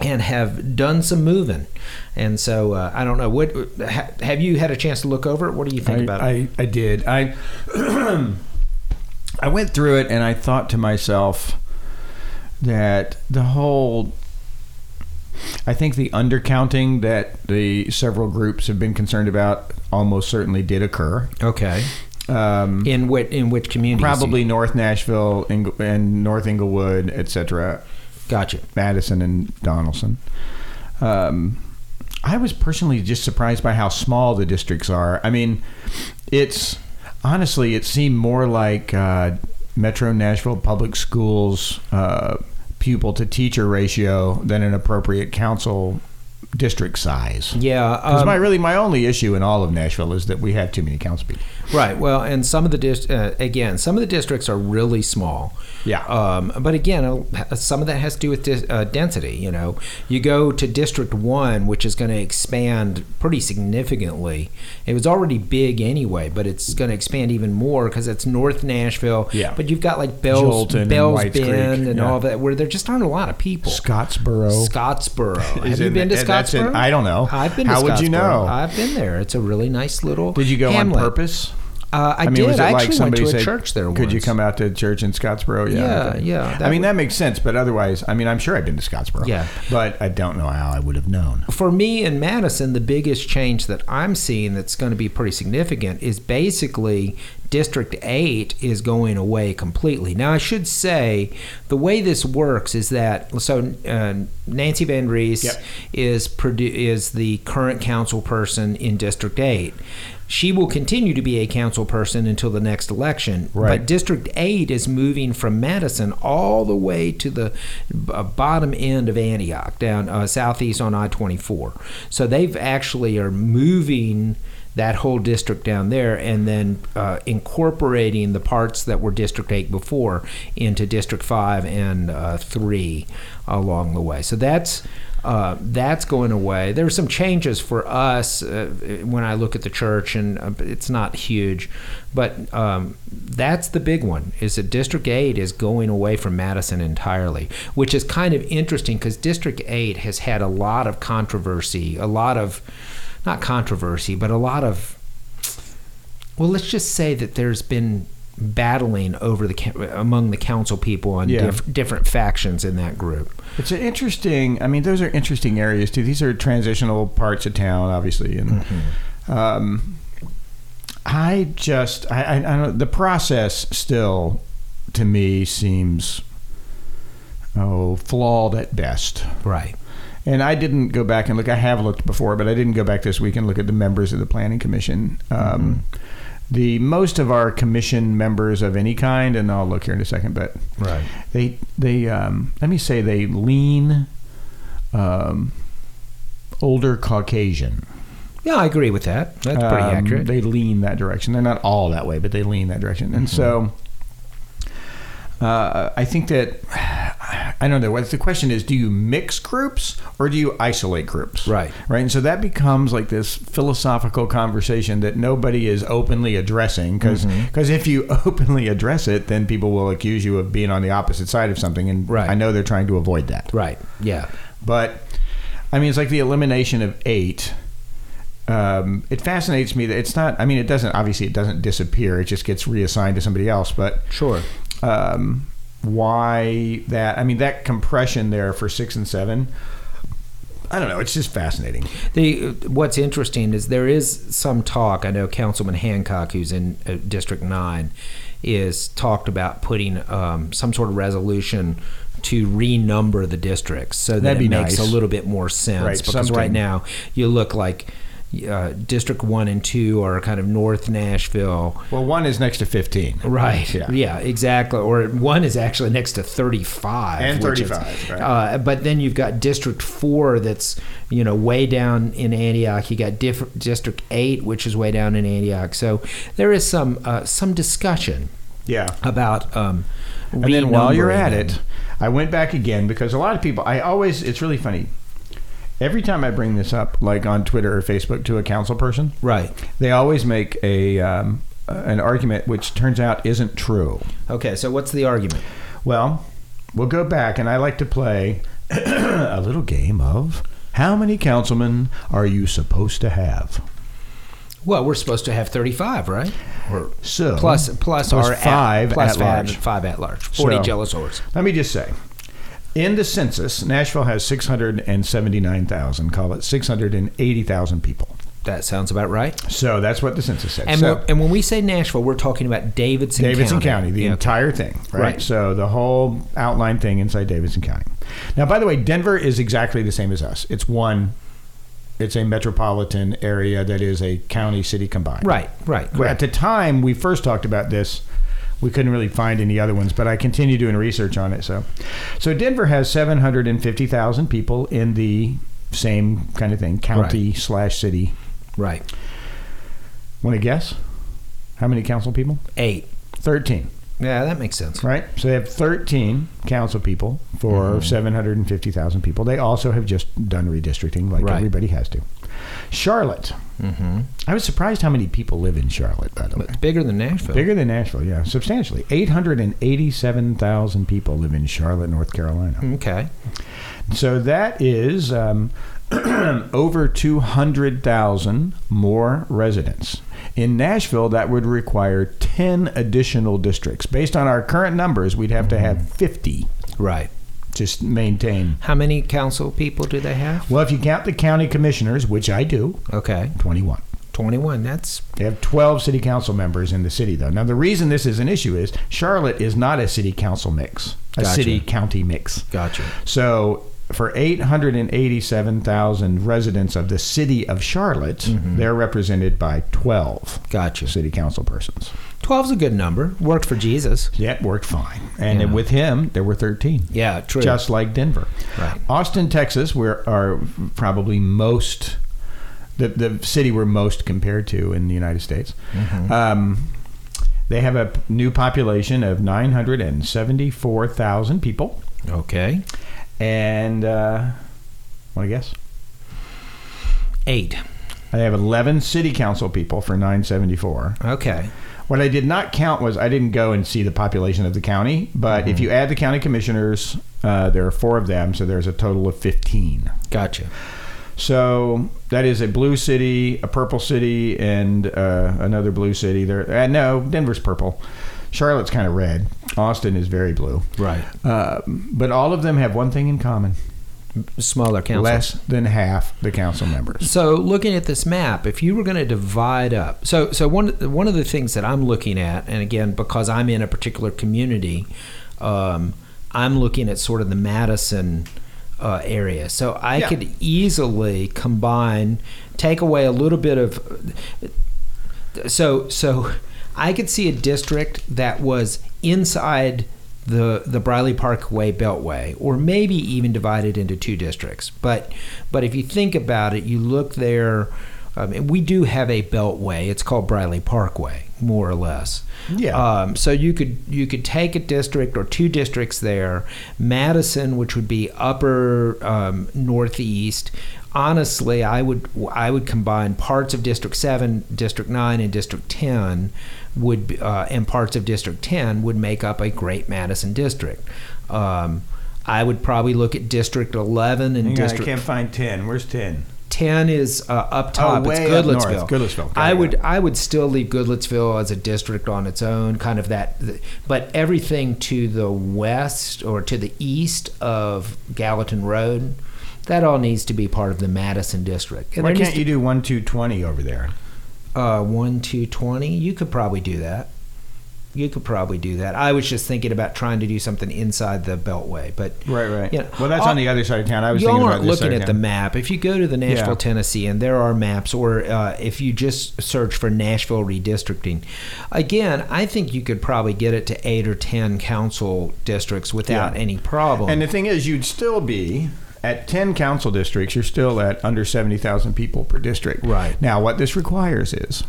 Speaker 2: and have done some moving. And so uh, I don't know. What ha, have you had a chance to look over it? What do you think
Speaker 1: I,
Speaker 2: about
Speaker 1: I,
Speaker 2: it?
Speaker 1: I did. I I went through it and I thought to myself that the whole I think the undercounting that the several groups have been concerned about almost certainly did occur.
Speaker 2: Okay.
Speaker 1: Um,
Speaker 2: In what in which community?
Speaker 1: probably North Nashville Ing- and North Inglewood, etc.
Speaker 2: Gotcha.
Speaker 1: Madison and Donaldson. Um, I was personally just surprised by how small the districts are. I mean, it's honestly, it seemed more like uh, Metro Nashville Public Schools uh, pupil to teacher ratio than an appropriate council district size.
Speaker 2: Yeah,
Speaker 1: Because
Speaker 2: um,
Speaker 1: my really my only issue in all of Nashville is that we have too many council people.
Speaker 2: Right. Well, and some of the dis- uh, again, some of the districts are really small.
Speaker 1: Yeah.
Speaker 2: Um, but again, uh, some of that has to do with dis- uh, density. You know, you go to District One, which is going to expand pretty significantly. It was already big anyway, but it's going to expand even more because it's North Nashville.
Speaker 1: Yeah.
Speaker 2: But you've got like Bell's,
Speaker 1: Jolton and
Speaker 2: Bell's
Speaker 1: Whites Creek,
Speaker 2: Bend and
Speaker 1: yeah.
Speaker 2: all that, where there just aren't a lot of people.
Speaker 1: Scottsboro.
Speaker 2: Scottsboro. Have
Speaker 1: Is
Speaker 2: you
Speaker 1: in-
Speaker 2: been to
Speaker 1: and that's in-
Speaker 2: Scottsboro?
Speaker 1: I don't know.
Speaker 2: I've been.
Speaker 1: How
Speaker 2: to
Speaker 1: would you know?
Speaker 2: Scottsboro. I've been there. It's a really nice little.
Speaker 1: Did you go
Speaker 2: hamlet.
Speaker 1: on purpose?
Speaker 2: Uh, I,
Speaker 1: mean,
Speaker 2: did.
Speaker 1: was it
Speaker 2: I
Speaker 1: like
Speaker 2: actually went
Speaker 1: somebody
Speaker 2: to a
Speaker 1: said,
Speaker 2: church there.
Speaker 1: Could you
Speaker 2: once.
Speaker 1: come out to church in Scottsboro?
Speaker 2: Yeah,
Speaker 1: okay.
Speaker 2: yeah,
Speaker 1: I
Speaker 2: that
Speaker 1: mean, that makes sense, but otherwise, I mean, I'm sure I've been to Scottsboro.
Speaker 2: Yeah.
Speaker 1: But I don't know how I would have known.
Speaker 2: For me in Madison, the biggest change that I'm seeing that's going to be pretty significant is basically District 8 is going away completely. Now, I should say the way this works is that so uh, Nancy Van Rees
Speaker 1: Yep.
Speaker 2: is produ- is the current council person in District 8. She will continue to be a council person until the next election,
Speaker 1: Right.
Speaker 2: but District 8 is moving from Madison all the way to the b- bottom end of Antioch, down uh, southeast on I 24. So they've actually are moving that whole district down there and then uh, incorporating the parts that were District 8 before into District 5 and uh, 3 along the way. So that's. Uh, that's going away. There are some changes for us uh, when I look at the church, and uh, it's not huge, but um, that's the big one. Is that District Eight is going away from Madison entirely, which is kind of interesting because District Eight has had a lot of controversy, a lot of not controversy, but a lot of well, let's just say that there's been battling over the ca- among the council people and
Speaker 1: Yeah.
Speaker 2: diff- different factions in that group.
Speaker 1: It's an interesting. I mean, those are interesting areas too. These are transitional parts of town, obviously, and
Speaker 2: Mm-hmm.
Speaker 1: um, I just, I, I, I don't. know, The process still, to me, seems oh flawed at best.
Speaker 2: Right.
Speaker 1: And I didn't go back and look. I have looked before, but I didn't go back this week and look at the members of the planning commission. Um, The most of our commission members of any kind, and I'll look here in a second, but
Speaker 2: Right.
Speaker 1: they they um, let me say they lean um, older Caucasian.
Speaker 2: Yeah, I agree with that. That's pretty
Speaker 1: Um,
Speaker 2: accurate.
Speaker 1: They lean that direction. They're not all that way, but they lean that direction. And
Speaker 2: Mm-hmm.
Speaker 1: so, uh, I think that I don't know. What the question is: Do you mix groups or do you isolate groups?
Speaker 2: Right.
Speaker 1: Right. And so that becomes like this philosophical conversation that nobody is openly addressing because
Speaker 2: Mm-hmm.
Speaker 1: if you openly address it, then people will accuse you of being on the opposite side of something. And
Speaker 2: Right.
Speaker 1: I know they're trying to avoid that.
Speaker 2: Right. Yeah.
Speaker 1: But I mean, it's like the elimination of eight. Um, it fascinates me that it's not. I mean, it doesn't. Obviously, it doesn't disappear. It just gets reassigned to somebody else. But
Speaker 2: Sure.
Speaker 1: um, why that? I mean, that compression there for six and seven. I don't know. It's just fascinating.
Speaker 2: The what's interesting is there is some talk. I know Councilman Hancock, who's in uh, District Nine, is talked about putting um, some sort of resolution to renumber the districts so that
Speaker 1: That'd be
Speaker 2: it makes
Speaker 1: nice.
Speaker 2: a little bit more sense.
Speaker 1: Right,
Speaker 2: because
Speaker 1: something.
Speaker 2: right now you look like uh, District One and Two are kind of North Nashville.
Speaker 1: Well, one is next to fifteen.
Speaker 2: Right.
Speaker 1: Yeah.
Speaker 2: Yeah. Exactly. Or one is actually next to thirty-five.
Speaker 1: And
Speaker 2: which is-
Speaker 1: 35, right.
Speaker 2: Uh, but then you've got District Four, that's you know way down in Antioch. You got diff- District Eight, which is way down in Antioch. So there is some uh, some discussion
Speaker 1: Yeah.
Speaker 2: about. Um,
Speaker 1: And then while you're
Speaker 2: renumbering
Speaker 1: at
Speaker 2: them.
Speaker 1: it, I went back again because a lot of people, I always, it's really funny. Every time I bring this up, like on Twitter or Facebook to a council person,
Speaker 2: right?
Speaker 1: they always make a um, an argument which turns out isn't true.
Speaker 2: Okay. So what's the argument?
Speaker 1: Well, we'll go back, and I like to play a little game of how many councilmen are you supposed to have?
Speaker 2: Well, we're supposed to have thirty-five, right? Or
Speaker 1: So
Speaker 2: plus plus
Speaker 1: there's
Speaker 2: our
Speaker 1: five
Speaker 2: at, plus
Speaker 1: at
Speaker 2: five,
Speaker 1: large.
Speaker 2: five at large, forty
Speaker 1: So-
Speaker 2: jellosaurs.
Speaker 1: Let me just say, in the census, Nashville has six hundred and seventy nine thousand. Call it six hundred and eighty thousand people.
Speaker 2: That sounds about right.
Speaker 1: So that's what the census said.
Speaker 2: And,
Speaker 1: so,
Speaker 2: we're- and when we say Nashville, we're talking about Davidson,
Speaker 1: Davidson County,
Speaker 2: County.
Speaker 1: the
Speaker 2: Yeah.
Speaker 1: entire thing, right?
Speaker 2: Right.
Speaker 1: So the whole outline thing inside Davidson County. Now, by the way, Denver is exactly the same as us. It's one. It's a metropolitan area that is a county city combined.
Speaker 2: Right, right,
Speaker 1: Well, At
Speaker 2: correct.
Speaker 1: the time we first talked about this, we couldn't really find any other ones, but I continue doing research on it. So, so Denver has seven hundred and fifty thousand people in the same kind of thing, county slash city.
Speaker 2: Right.
Speaker 1: Want to guess? How many council people?
Speaker 2: Eight.
Speaker 1: 13,
Speaker 2: Yeah, that makes sense.
Speaker 1: right? So they have 13 council people for
Speaker 2: Mm-hmm.
Speaker 1: 750,000 people. They also have just done redistricting like
Speaker 2: Right.
Speaker 1: everybody has to. Charlotte.
Speaker 2: Mm-hmm.
Speaker 1: I was surprised how many people live in Charlotte, by the way.
Speaker 2: But bigger than Nashville.
Speaker 1: Bigger than Nashville, yeah, substantially. 887,000 people live in Charlotte, North Carolina.
Speaker 2: Okay.
Speaker 1: So that is um, over 200,000 more residents. In Nashville, that would require 10 additional districts. Based on our current numbers, we'd have to have 50
Speaker 2: Right.
Speaker 1: to s- maintain.
Speaker 2: How many council people do they have?
Speaker 1: Well, if you count the county commissioners, which I do,
Speaker 2: Okay.
Speaker 1: 21.
Speaker 2: 21. That's
Speaker 1: They have 12 city council members in the city, though. Now, the reason this is an issue is Charlotte is not a city council mix, a
Speaker 2: Gotcha.
Speaker 1: city county mix.
Speaker 2: gotcha.
Speaker 1: So for 887,000 residents of the city of Charlotte,
Speaker 2: Mm-hmm.
Speaker 1: they're represented by 12
Speaker 2: Gotcha.
Speaker 1: city council persons.
Speaker 2: 12's a good number. Worked for Jesus.
Speaker 1: That worked fine. And
Speaker 2: Yeah.
Speaker 1: with him, there were 13.
Speaker 2: Yeah, true.
Speaker 1: Just like Denver.
Speaker 2: Right.
Speaker 1: Austin, Texas, where are probably most the, the city we're most compared to in the United States.
Speaker 2: Mm-hmm.
Speaker 1: Um, they have a p- new population of 974,000 people.
Speaker 2: okay.
Speaker 1: And uh, want to guess?
Speaker 2: 8.
Speaker 1: I have 11 city council people for 974.
Speaker 2: Okay.
Speaker 1: What I did not count was I didn't go and see the population of the county, but if
Speaker 2: Mm-hmm.
Speaker 1: you add the county commissioners, uh, there are four of them, so there's a total of 15.
Speaker 2: Gotcha.
Speaker 1: So that is a blue city, a purple city, and uh, another blue city. There, uh, no, Denver's purple. Charlotte's kind of red. Austin is very blue.
Speaker 2: Right.
Speaker 1: Uh, but all of them have one thing in common
Speaker 2: Smaller council.
Speaker 1: less than half the council members.
Speaker 2: So, looking at this map, if you were going to divide up, so so one one of the things that I'm looking at, and again because I'm in a particular community, um, I'm looking at sort of the Madison uh, area. So I
Speaker 1: Yeah.
Speaker 2: could easily combine, take away a little bit of, so so I could see a district that was inside the the Briley Parkway Beltway, or maybe even divided into two districts. But but if you think about it, you look there. Um, and we do have a beltway. It's called Briley Parkway, more or less.
Speaker 1: Yeah.
Speaker 2: Um, so you could you could take a district or two districts there, Madison, which would be upper um, northeast. Honestly, I would I would combine parts of District Seven, District Nine, and District Ten would be- uh, and parts of District Ten would make up a Great Madison district. Um, I would probably look at District Eleven and
Speaker 1: Hang on, I
Speaker 2: District
Speaker 1: can't find 10. Where's 10?
Speaker 2: 10 is uh, up top. it's
Speaker 1: Oh, way up north.
Speaker 2: Goodlettsville.
Speaker 1: Goodlettsville. Got
Speaker 2: I
Speaker 1: it.
Speaker 2: would I would still leave Goodlettsville as a district on its own, kind of that. But everything to the west or to the east of Gallatin Road, that all needs to be part of the Madison district.
Speaker 1: Why
Speaker 2: there
Speaker 1: can't
Speaker 2: needs
Speaker 1: you do one two twenty over there?
Speaker 2: to- uh, one two twenty? You could probably do that. You could probably do that. I was just thinking about trying to do something inside the Beltway, but
Speaker 1: Right, right.
Speaker 2: You know,
Speaker 1: well, that's on the other side of town. I was
Speaker 2: Y'all
Speaker 1: thinking
Speaker 2: aren't
Speaker 1: about this
Speaker 2: looking
Speaker 1: side
Speaker 2: at
Speaker 1: of
Speaker 2: the
Speaker 1: town.
Speaker 2: map. If you go to the Nashville,
Speaker 1: Yeah.
Speaker 2: Tennessee, and there are maps, or uh, if you just search for Nashville redistricting, again, I think you could probably get it to eight or ten council districts without
Speaker 1: Yeah.
Speaker 2: any problem.
Speaker 1: And the thing is, you'd still be at ten council districts. You're still at under seventy thousand people per district.
Speaker 2: Right.
Speaker 1: Now, what this requires is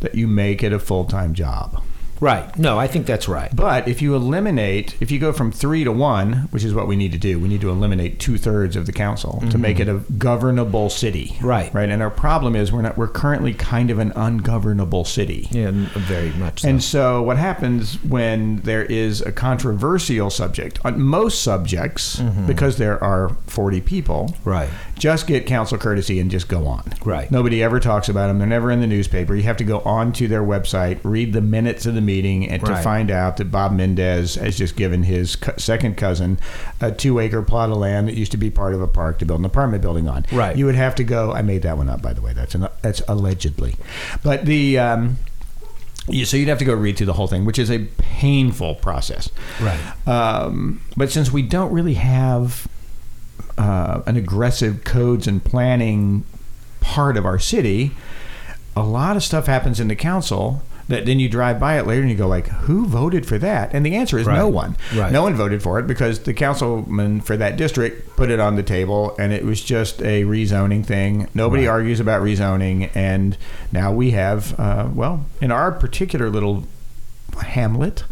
Speaker 1: that you make it a full time job.
Speaker 2: right? No, I think that's right.
Speaker 1: But if you eliminate, if you go from three to one, which is what we need to do, we need to eliminate two thirds of the council to make it a governable city.
Speaker 2: Mm-hmm. Right.
Speaker 1: Right. And our problem is we're not. We're currently kind of an ungovernable city.
Speaker 2: Yeah, n- very much. So.
Speaker 1: And so, what happens when there is a controversial subject on most subjects, because there are 40 people,
Speaker 2: Mm-hmm. right,
Speaker 1: just get council courtesy and just go on.
Speaker 2: Right.
Speaker 1: Nobody ever talks about them. They're never in the newspaper. You have to go onto their website, read the minutes of the meeting, and
Speaker 2: Right.
Speaker 1: to find out that Bob Mendez has just given his co- second cousin a two acre plot of land that used to be part of a park to build an apartment building on.
Speaker 2: Right.
Speaker 1: You would have to go. I made that one up, by the way. That's an, that's allegedly, but the. Um, you, so you'd have to go read through the whole thing, which is a painful process.
Speaker 2: right.
Speaker 1: Um, but since we don't really have uh, an aggressive codes and planning part of our city, a lot of stuff happens in the council that then you drive by it later and you go like, who voted for that? And the answer is
Speaker 2: Right.
Speaker 1: no one.
Speaker 2: Right.
Speaker 1: No one voted for it because the councilman for that district put it on the table and it was just a rezoning thing. Nobody
Speaker 2: Right.
Speaker 1: argues about rezoning, and now we have uh, well in our particular little hamlet,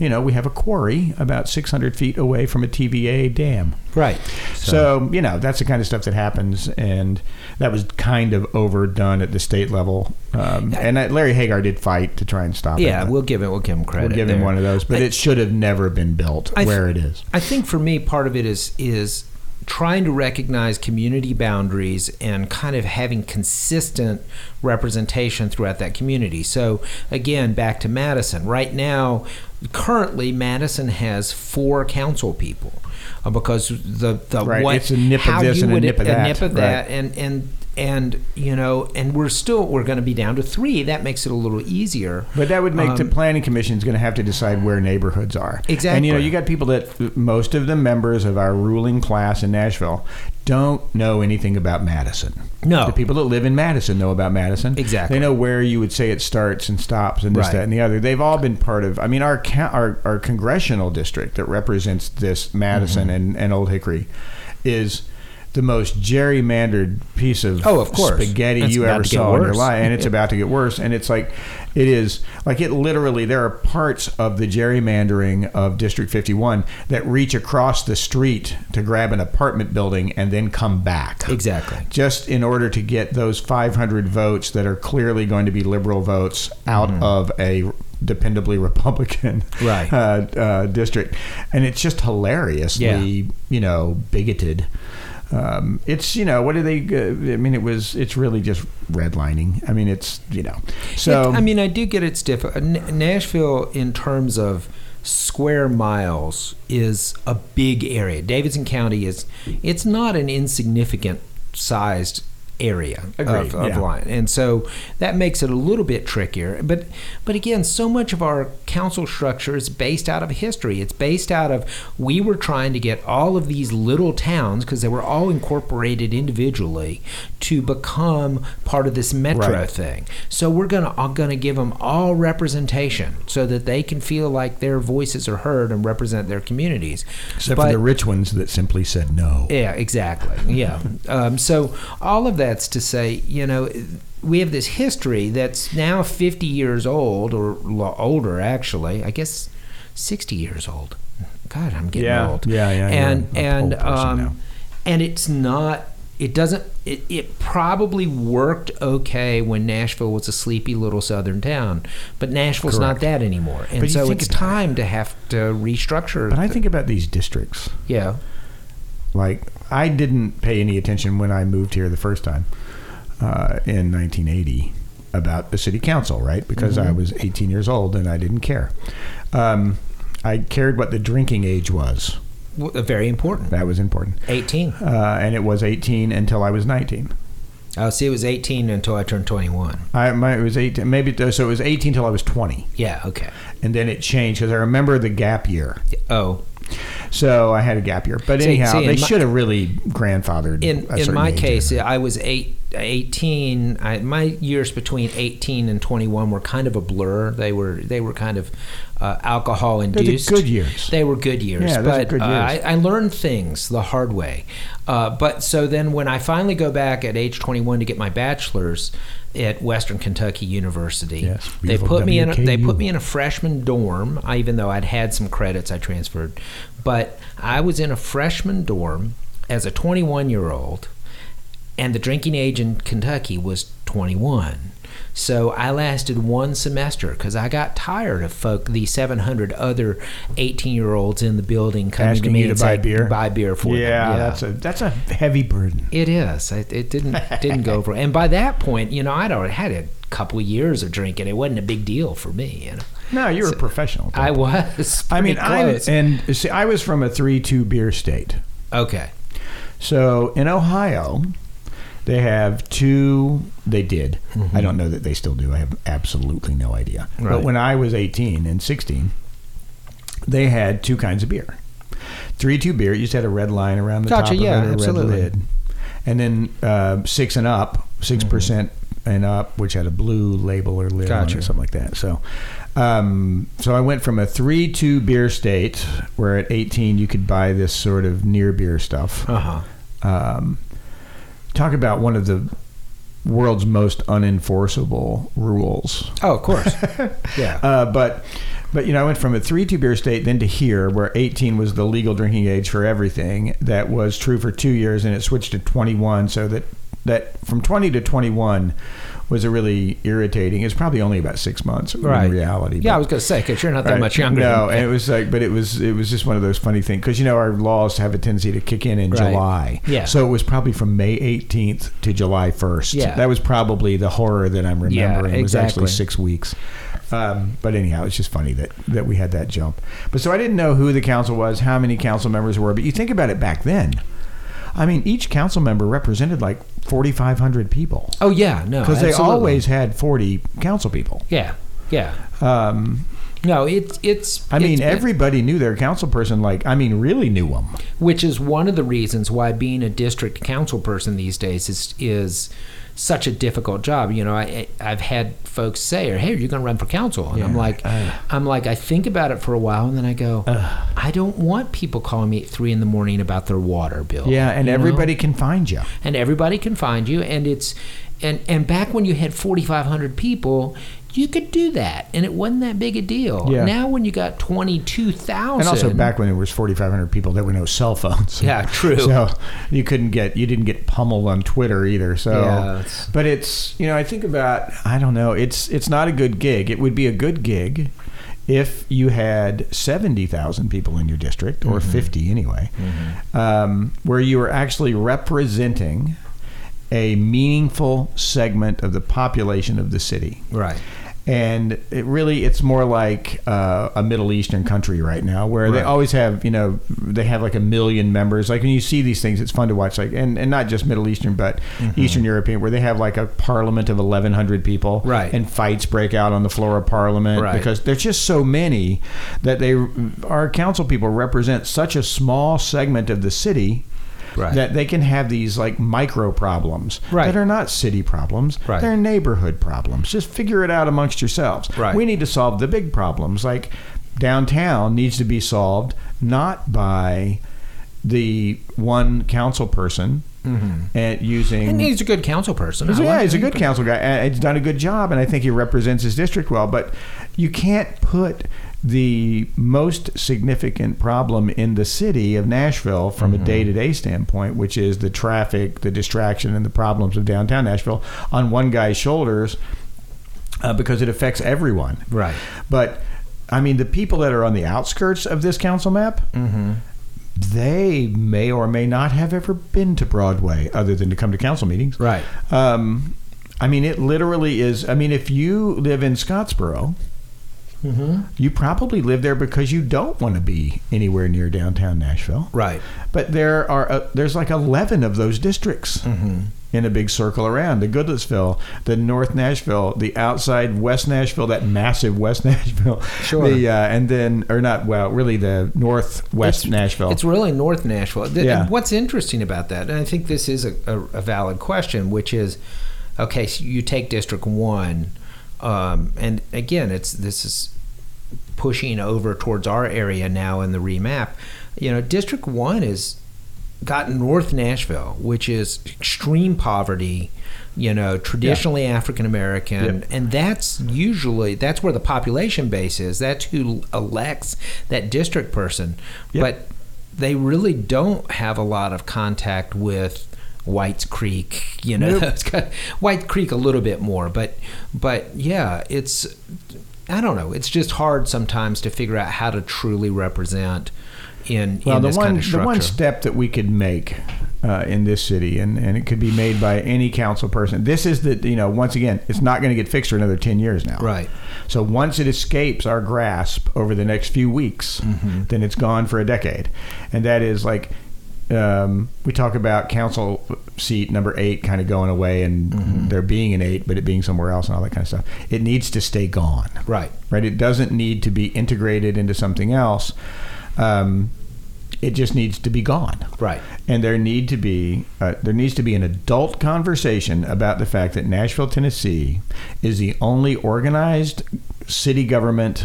Speaker 1: you know, we have a quarry about 600 feet away from a TVA dam.
Speaker 2: Right.
Speaker 1: So, you know, that's the kind of stuff that happens. And that was kind of overdone at the state level. Um, and that Larry Hagar did fight to try and stop it.
Speaker 2: yeah, we'll give it. We'll give him
Speaker 1: We'll
Speaker 2: credit.
Speaker 1: give him
Speaker 2: there.
Speaker 1: one of those. But
Speaker 2: I-
Speaker 1: it should have never been built
Speaker 2: I th-
Speaker 1: where it is.
Speaker 2: I think for me, part of it is is trying to recognize community boundaries and kind of having consistent representation throughout that community. So again, back to Madison. Right now, currently Madison has four council people uh, because the the
Speaker 1: Right,
Speaker 2: one-
Speaker 1: it's a nip of
Speaker 2: how
Speaker 1: this
Speaker 2: you
Speaker 1: and a
Speaker 2: would-
Speaker 1: nip of that,
Speaker 2: nip of
Speaker 1: right.
Speaker 2: that, and and and you know, and we're still we're going to be down to three. That makes it a little easier.
Speaker 1: But that would make the
Speaker 2: Um,
Speaker 1: planning commission's going to have to decide where neighborhoods are. And you know,
Speaker 2: Exactly.
Speaker 1: you got people that most of the members of our ruling class in Nashville don't know anything about Madison.
Speaker 2: No.
Speaker 1: The people that live in Madison know about Madison.
Speaker 2: Exactly.
Speaker 1: They know where you would say it starts and stops and this,
Speaker 2: Right.
Speaker 1: that, and the other. They've all been part of. I mean, our coun- our, our congressional district that represents this
Speaker 2: Mm-hmm.
Speaker 1: Madison and, and Old Hickory is. The most gerrymandered piece of
Speaker 2: Oh, of course.
Speaker 1: spaghetti
Speaker 2: It's
Speaker 1: you
Speaker 2: about
Speaker 1: ever
Speaker 2: to get
Speaker 1: saw in your
Speaker 2: worse.
Speaker 1: life, and it's about to get worse. And it's like, it is like it literally. There are parts of the gerrymandering of District 51 that reach across the street to grab an apartment building and then come back
Speaker 2: Exactly.
Speaker 1: just in order to get those 500 votes that are clearly going to be liberal votes out of a dependably Republican
Speaker 2: Mm-hmm. Right.
Speaker 1: uh, uh, district, and it's just hilariously,
Speaker 2: Yeah.
Speaker 1: you know, bigoted. Um, it's you know what do they? Uh, I mean, it was it's really just redlining. I mean, it's you know, so
Speaker 2: It- I mean, I do get it's different. Nashville, in terms of square miles, is a big area. Davidson County is it's not an insignificant sized area
Speaker 1: Agreed,
Speaker 2: of, of
Speaker 1: yeah.
Speaker 2: line, and so that makes it a little bit trickier. But but again, so much of our council structure is based out of history. It's based out of we were trying to get all of these little towns because they were all incorporated individually to become part of this metro
Speaker 1: Right.
Speaker 2: thing. So we're gonna I'm gonna give them all representation so that they can feel like their voices are heard and represent their communities.
Speaker 1: except
Speaker 2: But-
Speaker 1: for the rich ones that simply said no.
Speaker 2: yeah, exactly. Yeah. um, so all of that's to say, you know, we have this history that's now 50 years old or lo- older, actually. I guess 60 years old. God, I'm getting
Speaker 1: Yeah.
Speaker 2: old.
Speaker 1: Yeah, yeah, you're
Speaker 2: And
Speaker 1: an
Speaker 2: and
Speaker 1: old person now.
Speaker 2: um, and it's not. It doesn't. It, it probably worked okay when Nashville was a sleepy little southern town, but Nashville's
Speaker 1: Correct.
Speaker 2: not that anymore, and
Speaker 1: But you
Speaker 2: so
Speaker 1: think
Speaker 2: it's
Speaker 1: about it.
Speaker 2: time to have to restructure.
Speaker 1: But I
Speaker 2: the-
Speaker 1: think about these districts.
Speaker 2: yeah,
Speaker 1: Like I didn't pay any attention when I moved here the first time uh, in 1980 about the city council, right? Because
Speaker 2: Mm-hmm.
Speaker 1: I was 18 years old and I didn't care. Um, I cared what the drinking age was.
Speaker 2: w- very important.
Speaker 1: That was important,
Speaker 2: 18.
Speaker 1: uh, and it was 18 until I was 19.
Speaker 2: Oh, see, it was 18 until I turned 21.
Speaker 1: I my, it was 18, maybe so. It was 18 till I was 20,
Speaker 2: Yeah, okay.
Speaker 1: and then it changed because I remember the gap year.
Speaker 2: Oh,
Speaker 1: So I had a gap year, but
Speaker 2: See-
Speaker 1: anyhow,
Speaker 2: see, in
Speaker 1: they
Speaker 2: my-
Speaker 1: should have really grandfathered.
Speaker 2: in
Speaker 1: a
Speaker 2: in
Speaker 1: certain
Speaker 2: my
Speaker 1: age
Speaker 2: case, I was eight, 18. I, my years between 18 and 21 were kind of a blur. They were they were kind of uh, alcohol induced.
Speaker 1: good years.
Speaker 2: They were good years.
Speaker 1: Yeah, those are
Speaker 2: but
Speaker 1: good
Speaker 2: uh,
Speaker 1: years.
Speaker 2: I, I learned things the hard way. Uh, but so then when I finally go back at age 21 to get my bachelor's at Western Kentucky University,
Speaker 1: Yes,
Speaker 2: they
Speaker 1: beautiful
Speaker 2: put me in a, they
Speaker 1: WKU.
Speaker 2: put me in a freshman dorm, I- even though I'd had some credits I transferred. But I was in a freshman dorm as a 21 year old, and the drinking age in Kentucky was 21. So I lasted one semester because I got tired of folk, the 700 other 18 year olds in the building coming to
Speaker 1: Asking
Speaker 2: me
Speaker 1: you
Speaker 2: and
Speaker 1: to buy
Speaker 2: saying,
Speaker 1: beer?
Speaker 2: buy beer for
Speaker 1: yeah,
Speaker 2: them.
Speaker 1: that's a that's a heavy burden.
Speaker 2: It is. It, it didn't didn't go over. And by that point, you know, I'd already had a couple years of drinking. It wasn't a big deal for me. You know,
Speaker 1: No, you're
Speaker 2: So-
Speaker 1: a professional.
Speaker 2: I was.
Speaker 1: I mean,
Speaker 2: pretty
Speaker 1: I
Speaker 2: close.
Speaker 1: and see, I was from a three-two beer state.
Speaker 2: okay.
Speaker 1: So in Ohio, they have two. They did. I don't know that they still do. I have absolutely no idea. But
Speaker 2: Mm-hmm. Right.
Speaker 1: when I was 18 and 16, they had two kinds of beer. Three-two beer. You just had a red line around the
Speaker 2: Gotcha,
Speaker 1: top
Speaker 2: yeah,
Speaker 1: of it, a
Speaker 2: absolutely. Mm-hmm.
Speaker 1: red lid, and then uh, six and up, 6 percent and up, which had a blue label or lid on it
Speaker 2: Gotcha.
Speaker 1: or something like that. So, um, so I went from a three-two beer state, where at 18 you could buy this sort of near beer stuff.
Speaker 2: Uh huh.
Speaker 1: Um, talk about one of the world's most unenforceable rules.
Speaker 2: Oh, of course. yeah.
Speaker 1: Uh, but but you know, I went from a three two beer state then to here, where eighteen was the legal drinking age for everything. That was true for two years, and it switched to twenty one. So that that from twenty to twenty one was a really irritating. It's probably only about six months
Speaker 2: right.
Speaker 1: in reality.
Speaker 2: Yeah, I
Speaker 1: but-
Speaker 2: was gonna say because you're not that
Speaker 1: Right.
Speaker 2: much younger.
Speaker 1: No,
Speaker 2: than-
Speaker 1: and it was like, but it was it was just one of those funny things because you know our laws have a tendency to kick in in
Speaker 2: Right.
Speaker 1: July.
Speaker 2: Yeah.
Speaker 1: So it was probably from May 18th to July 1st.
Speaker 2: Yeah.
Speaker 1: That was probably the horror that I'm
Speaker 2: Yeah,
Speaker 1: remembering. It was actually
Speaker 2: exactly.
Speaker 1: six weeks. Um, but anyhow, it's just funny that that we had that jump. But so I didn't know who the council was, how many council members were. But you think about it back then. I mean, each council member represented like 4,500 people
Speaker 2: oh yeah, no,
Speaker 1: because they
Speaker 2: absolutely.
Speaker 1: always had 40 council people.
Speaker 2: Yeah, yeah.
Speaker 1: Um,
Speaker 2: No, it's it's.
Speaker 1: I mean,
Speaker 2: it's been-
Speaker 1: everybody knew their council person. Like, I mean, really knew them.
Speaker 2: which is one of the reasons why being a district council person these days is is such a difficult job. You know, I I've had folks say, "Or hey, are you going to run for council?" And I'm
Speaker 1: Yeah.
Speaker 2: like,
Speaker 1: Ugh.
Speaker 2: I'm like, I think about it for a while, and then I go, I don't want people calling me at three in the morning about their water bill.
Speaker 1: Yeah, and
Speaker 2: you know?
Speaker 1: everybody can find you.
Speaker 2: and everybody can find you and it's and and back when you had 4500 people you could do that and it wasn't that big a deal
Speaker 1: Yeah.
Speaker 2: now when you got 22000
Speaker 1: And also back when there was 4,500 people, there were no cell phones.
Speaker 2: Yeah, true.
Speaker 1: So you couldn't get you didn't get pummeled on Twitter either. So,
Speaker 2: Yeah, it's-
Speaker 1: but it's you know I think about I don't know it's it's not a good gig. It would be a good gig if you had 70,000 people in your district
Speaker 2: Mm-hmm.
Speaker 1: or 50 anyway, um, where you were actually representing a meaningful segment of the population of the city.
Speaker 2: right
Speaker 1: and it really it's more like uh, a middle eastern country right now where they
Speaker 2: Right.
Speaker 1: always have you know they have like a million members like when you see these things it's fun to watch like and, and not just middle eastern but
Speaker 2: Mm-hmm.
Speaker 1: eastern european where they have like a parliament of 1100 people
Speaker 2: Right.
Speaker 1: and fights break out on the floor of parliament
Speaker 2: Right.
Speaker 1: because there's just so many that they our council people represent such a small segment of the city
Speaker 2: Right.
Speaker 1: That they can have these like micro problems
Speaker 2: Right.
Speaker 1: that are not city problems,
Speaker 2: Right.
Speaker 1: they're neighborhood problems. Just figure it out amongst yourselves.
Speaker 2: Right.
Speaker 1: We need to solve the big problems. Like downtown needs to be solved not by the one council person and using.
Speaker 2: Mm-hmm. and he's a good council person
Speaker 1: He's-
Speaker 2: I
Speaker 1: yeah,
Speaker 2: like
Speaker 1: he's a
Speaker 2: him.
Speaker 1: good council guy. and He's done a good job, and I think he represents his district well. But you can't put the most significant problem in the city of Nashville from
Speaker 2: Mm-hmm.
Speaker 1: a day to day standpoint, which is the traffic, the distraction, and the problems of downtown Nashville, on one guy's shoulders uh, because it affects everyone.
Speaker 2: Right.
Speaker 1: But I mean, the people that are on the outskirts of this council map.
Speaker 2: Mm-hmm.
Speaker 1: They may or may not have ever been to Broadway other than to come to council meetings.
Speaker 2: Right.
Speaker 1: Um, I mean, it literally is. I mean, if you live in Scottsboro,
Speaker 2: Mm-hmm.
Speaker 1: you probably live there because you don't want to be anywhere near downtown Nashville.
Speaker 2: Right.
Speaker 1: But there are uh, there's like eleven of those districts
Speaker 2: Mm-hmm.
Speaker 1: in a big circle around the Goodlettsville, the North Nashville, the outside West Nashville, that massive West Nashville,
Speaker 2: Sure.
Speaker 1: the, uh, and then or not well, really the Northwest
Speaker 2: It's-
Speaker 1: Nashville.
Speaker 2: It's really North Nashville. Th-
Speaker 1: Yeah.
Speaker 2: and what's interesting about that, and I think this is a, a, a valid question, which is, okay, so you take District One, um, and again, it's this is pushing over towards our area now in the remap. You know, District One is got North Nashville, which is extreme poverty. You know, traditionally African American,
Speaker 1: Yep.
Speaker 2: and that's usually that's where the population base is. That's who elects that district person.
Speaker 1: Yep.
Speaker 2: But they really don't have a lot of contact with White's Creek. You know,
Speaker 1: Nope.
Speaker 2: those kind- White Creek a little bit more, but but yeah, it's I don't know. It's just hard sometimes to figure out how to truly represent in,
Speaker 1: Well,
Speaker 2: in
Speaker 1: the
Speaker 2: this
Speaker 1: one
Speaker 2: kind of
Speaker 1: the one
Speaker 2: structure.
Speaker 1: step that we could make uh, in this city, and, and it could be made by any council person. This is the you know once again, it's not going to get fixed for another ten years now.
Speaker 2: Right.
Speaker 1: So once it escapes our grasp over the next few weeks,
Speaker 2: Mm-hmm.
Speaker 1: then it's gone for a decade, and that is like. Um, we talk about council seat number eight kind of going away and
Speaker 2: Mm-hmm.
Speaker 1: there being an eight, but it being somewhere else and all that kind of stuff. It needs to stay gone
Speaker 2: Right.
Speaker 1: right? It doesn't need to be integrated into something else. Um, It just needs to be gone.
Speaker 2: Right.
Speaker 1: And there need to be uh, there needs to be an adult conversation about the fact that Nashville, Tennessee, is the only organized city government,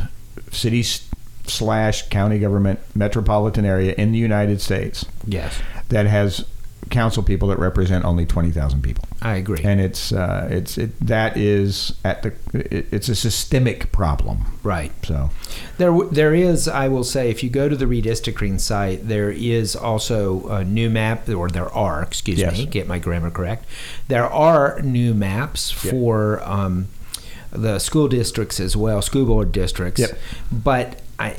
Speaker 1: city s- slash county government metropolitan area in the United States
Speaker 2: Yes.
Speaker 1: that has council people that represent only twenty thousand people
Speaker 2: I agree.
Speaker 1: and it's uh, it's it, that is at the it, it's a systemic problem.
Speaker 2: right.
Speaker 1: So
Speaker 2: There, w- there is. I will say, if you go to the redistricting site, there is also a new map, or there are. Excuse
Speaker 1: Yes.
Speaker 2: me, get my grammar correct. There are new maps
Speaker 1: Yep.
Speaker 2: for um, the school districts as well, school board districts.
Speaker 1: Yep.
Speaker 2: But I,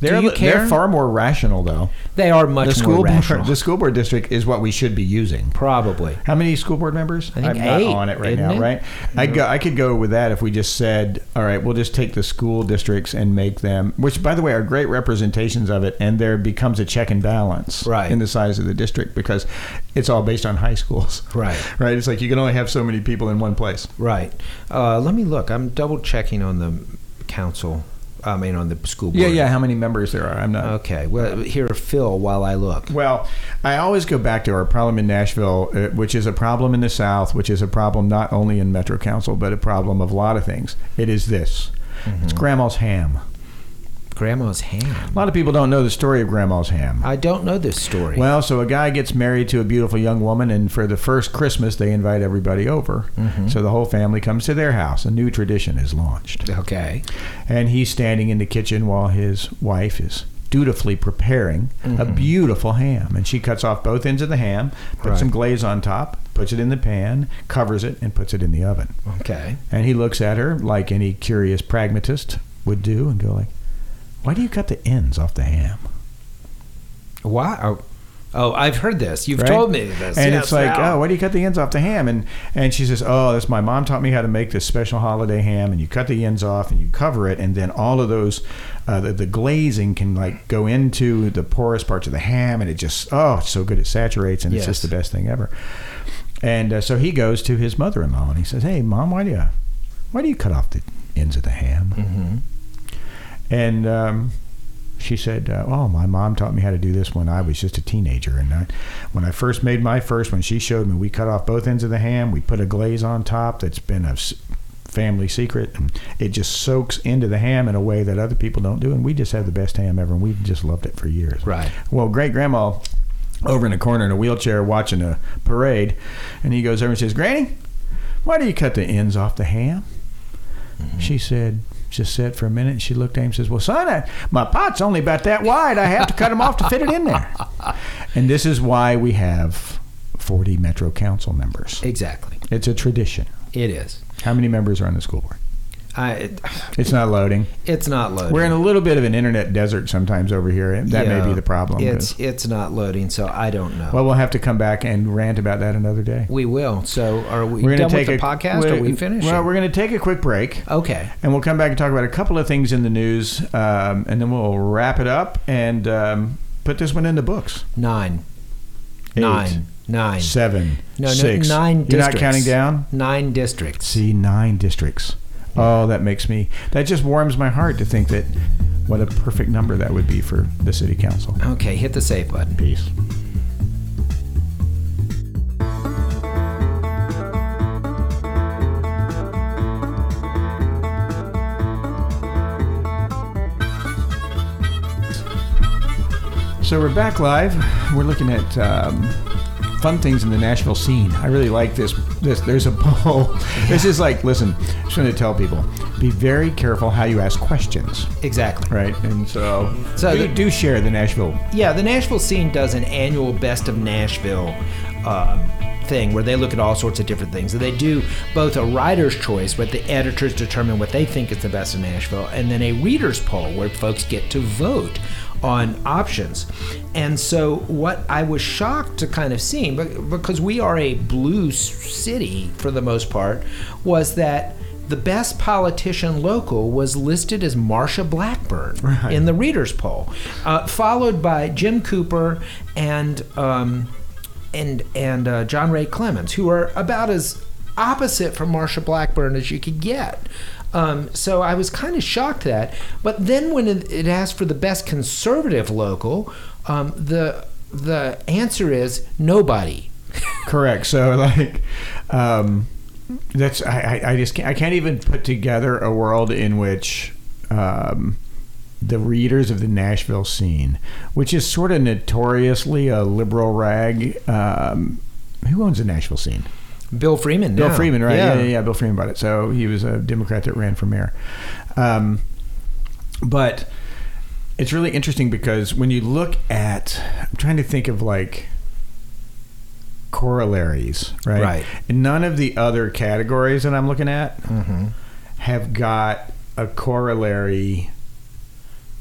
Speaker 1: they're
Speaker 2: do you
Speaker 1: they're
Speaker 2: care?
Speaker 1: far more rational though.
Speaker 2: they are much
Speaker 1: the school
Speaker 2: more rational.
Speaker 1: board the school board district is what we should be using.
Speaker 2: probably.
Speaker 1: How many school board members?
Speaker 2: I think
Speaker 1: am not
Speaker 2: eight,
Speaker 1: on it right
Speaker 2: isn't
Speaker 1: now,
Speaker 2: it?
Speaker 1: right? I go I could go with that if we just said, all right, we'll just take the school districts and make them, which by the way are great representations of it, and there becomes a check and balance
Speaker 2: Right.
Speaker 1: in the size of the district because it's all based on high schools.
Speaker 2: Right.
Speaker 1: Right. It's like you can only have so many people in one place.
Speaker 2: Right. Uh, let me look. I'm double checking on the council. I mean, on the school board.
Speaker 1: Yeah, yeah. How many members there are? I'm not.
Speaker 2: Okay. Well, here, Phil, while I look.
Speaker 1: Well, I always go back to our problem in Nashville, uh, which is a problem in the South, which is a problem not only in Metro Council, but a problem of a lot of things. It is this it's Grandma's ham.
Speaker 2: Grandma's ham.
Speaker 1: A lot of people don't know the story of Grandma's ham.
Speaker 2: I don't know this story.
Speaker 1: Well, so a guy gets married to a beautiful young woman, and for the first Christmas, they invite everybody over. So the whole family comes to their house. A new tradition is launched.
Speaker 2: okay.
Speaker 1: and he's standing in the kitchen while his wife is dutifully preparing a beautiful ham and she cuts off both ends of the ham puts
Speaker 2: Right.
Speaker 1: some glaze on top puts it in the pan covers it and puts it in the oven
Speaker 2: Okay.
Speaker 1: and he looks at her like any curious pragmatist would do and go like why do you cut the ends off the ham
Speaker 2: Why? Oh, oh, I've heard this. You've
Speaker 1: Right?
Speaker 2: told me this.
Speaker 1: and
Speaker 2: Yes,
Speaker 1: it's like
Speaker 2: now.
Speaker 1: oh why do you cut the ends off the ham and and she says oh that's my mom taught me how to make this special holiday ham and you cut the ends off and you cover it and then all of those uh, the, the glazing can like go into the porous parts of the ham and it just oh it's so good it saturates and it's
Speaker 2: Yes.
Speaker 1: just the best thing ever and uh, so he goes to his mother-in-law and he says hey mom why do you why do you cut off the ends of the ham and um, she said, uh, "Oh, my mom taught me how to do this when I was just a teenager, and I, when I first made my first one, she showed me. We cut off both ends of the ham. We put a glaze on top. That's been a s- family secret, and it just soaks into the ham in a way that other people don't do. And we just have the best ham ever, and we've just loved it for years.
Speaker 2: Right.
Speaker 1: Well, great grandma." Over in a corner in a wheelchair watching a parade, and he goes over and says, "Granny, why do you cut the ends off the ham?"
Speaker 2: Mm-hmm.
Speaker 1: She said, just sat for a minute. And she looked at him and says, Well, son, I, my pot's only about that wide. I have to cut them off to fit it in there. And this is why we have 40 Metro Council members.
Speaker 2: Exactly.
Speaker 1: It's a tradition.
Speaker 2: It is.
Speaker 1: How many members are on the school board?
Speaker 2: I. It,
Speaker 1: It's not loading.
Speaker 2: it's not loading.
Speaker 1: We're in a little bit of an internet desert sometimes over here. That may
Speaker 2: Yeah.
Speaker 1: be the problem. 'cause-
Speaker 2: It's it's not loading, so I don't know.
Speaker 1: well, we'll have to come back and rant about that another day.
Speaker 2: we will. So are we
Speaker 1: We're going
Speaker 2: done
Speaker 1: to take
Speaker 2: with
Speaker 1: a
Speaker 2: the podcast? Or are we finished?
Speaker 1: Well, we're going to take a quick break.
Speaker 2: okay.
Speaker 1: And we'll come back and talk about a couple of things in the news, um, and then we'll wrap it up and um, put this one in the books.
Speaker 2: Nine.
Speaker 1: Eight.
Speaker 2: Nine. Nine.
Speaker 1: Seven,
Speaker 2: No,
Speaker 1: six.
Speaker 2: no, nine
Speaker 1: You're
Speaker 2: districts.
Speaker 1: not counting down.
Speaker 2: Nine districts.
Speaker 1: See, nine districts. Oh, that makes me. That just warms my heart to think that what a perfect number that would be for the city council.
Speaker 2: Okay, hit the save button.
Speaker 1: Peace. So we're back live. We're looking at um, fun things in the Nashville scene. I really like this. This there's a poll. This is like listen. Just going to tell people: be very careful how you ask questions,
Speaker 2: Exactly.
Speaker 1: right? And so,
Speaker 2: So
Speaker 1: do,
Speaker 2: the-
Speaker 1: do share the Nashville
Speaker 2: Yeah, the Nashville scene does an annual Best of Nashville um, thing where they look at all sorts of different things. And they do both a writer's choice, where the editors determine what they think is the best of Nashville, and then a reader's poll where folks get to vote on options. And so, what I was shocked to kind of seeing, but because we are a blue s- city for the most part, was that. The best politician local was listed as Marsha Blackburn in the readers poll, uh, followed by Jim Cooper and um, and and uh, John Ray Clemens, who are about as opposite from Marsha Blackburn as you could get. Um, so I was kind of shocked at that. But then when it, it asked for the best conservative local, um, the the answer is nobody.
Speaker 1: Correct. So like, um, that's I, I, I just can't, I can't even put together a world in which um, the readers of the Nashville scene, which is sort of notoriously a liberal rag, um, who owns the Nashville scene?
Speaker 2: Bill Freeman.
Speaker 1: Bill
Speaker 2: now.
Speaker 1: Freeman, right? Yeah. yeah, yeah, Bill Freeman bought it. So he was a Democrat that ran for mayor. Um, but it's really interesting because when you look at, I'm trying to think of like corollaries, right?
Speaker 2: Right. Hmm.
Speaker 1: And none of the other categories that I'm looking at
Speaker 2: Mm-hmm.
Speaker 1: have got a corollary.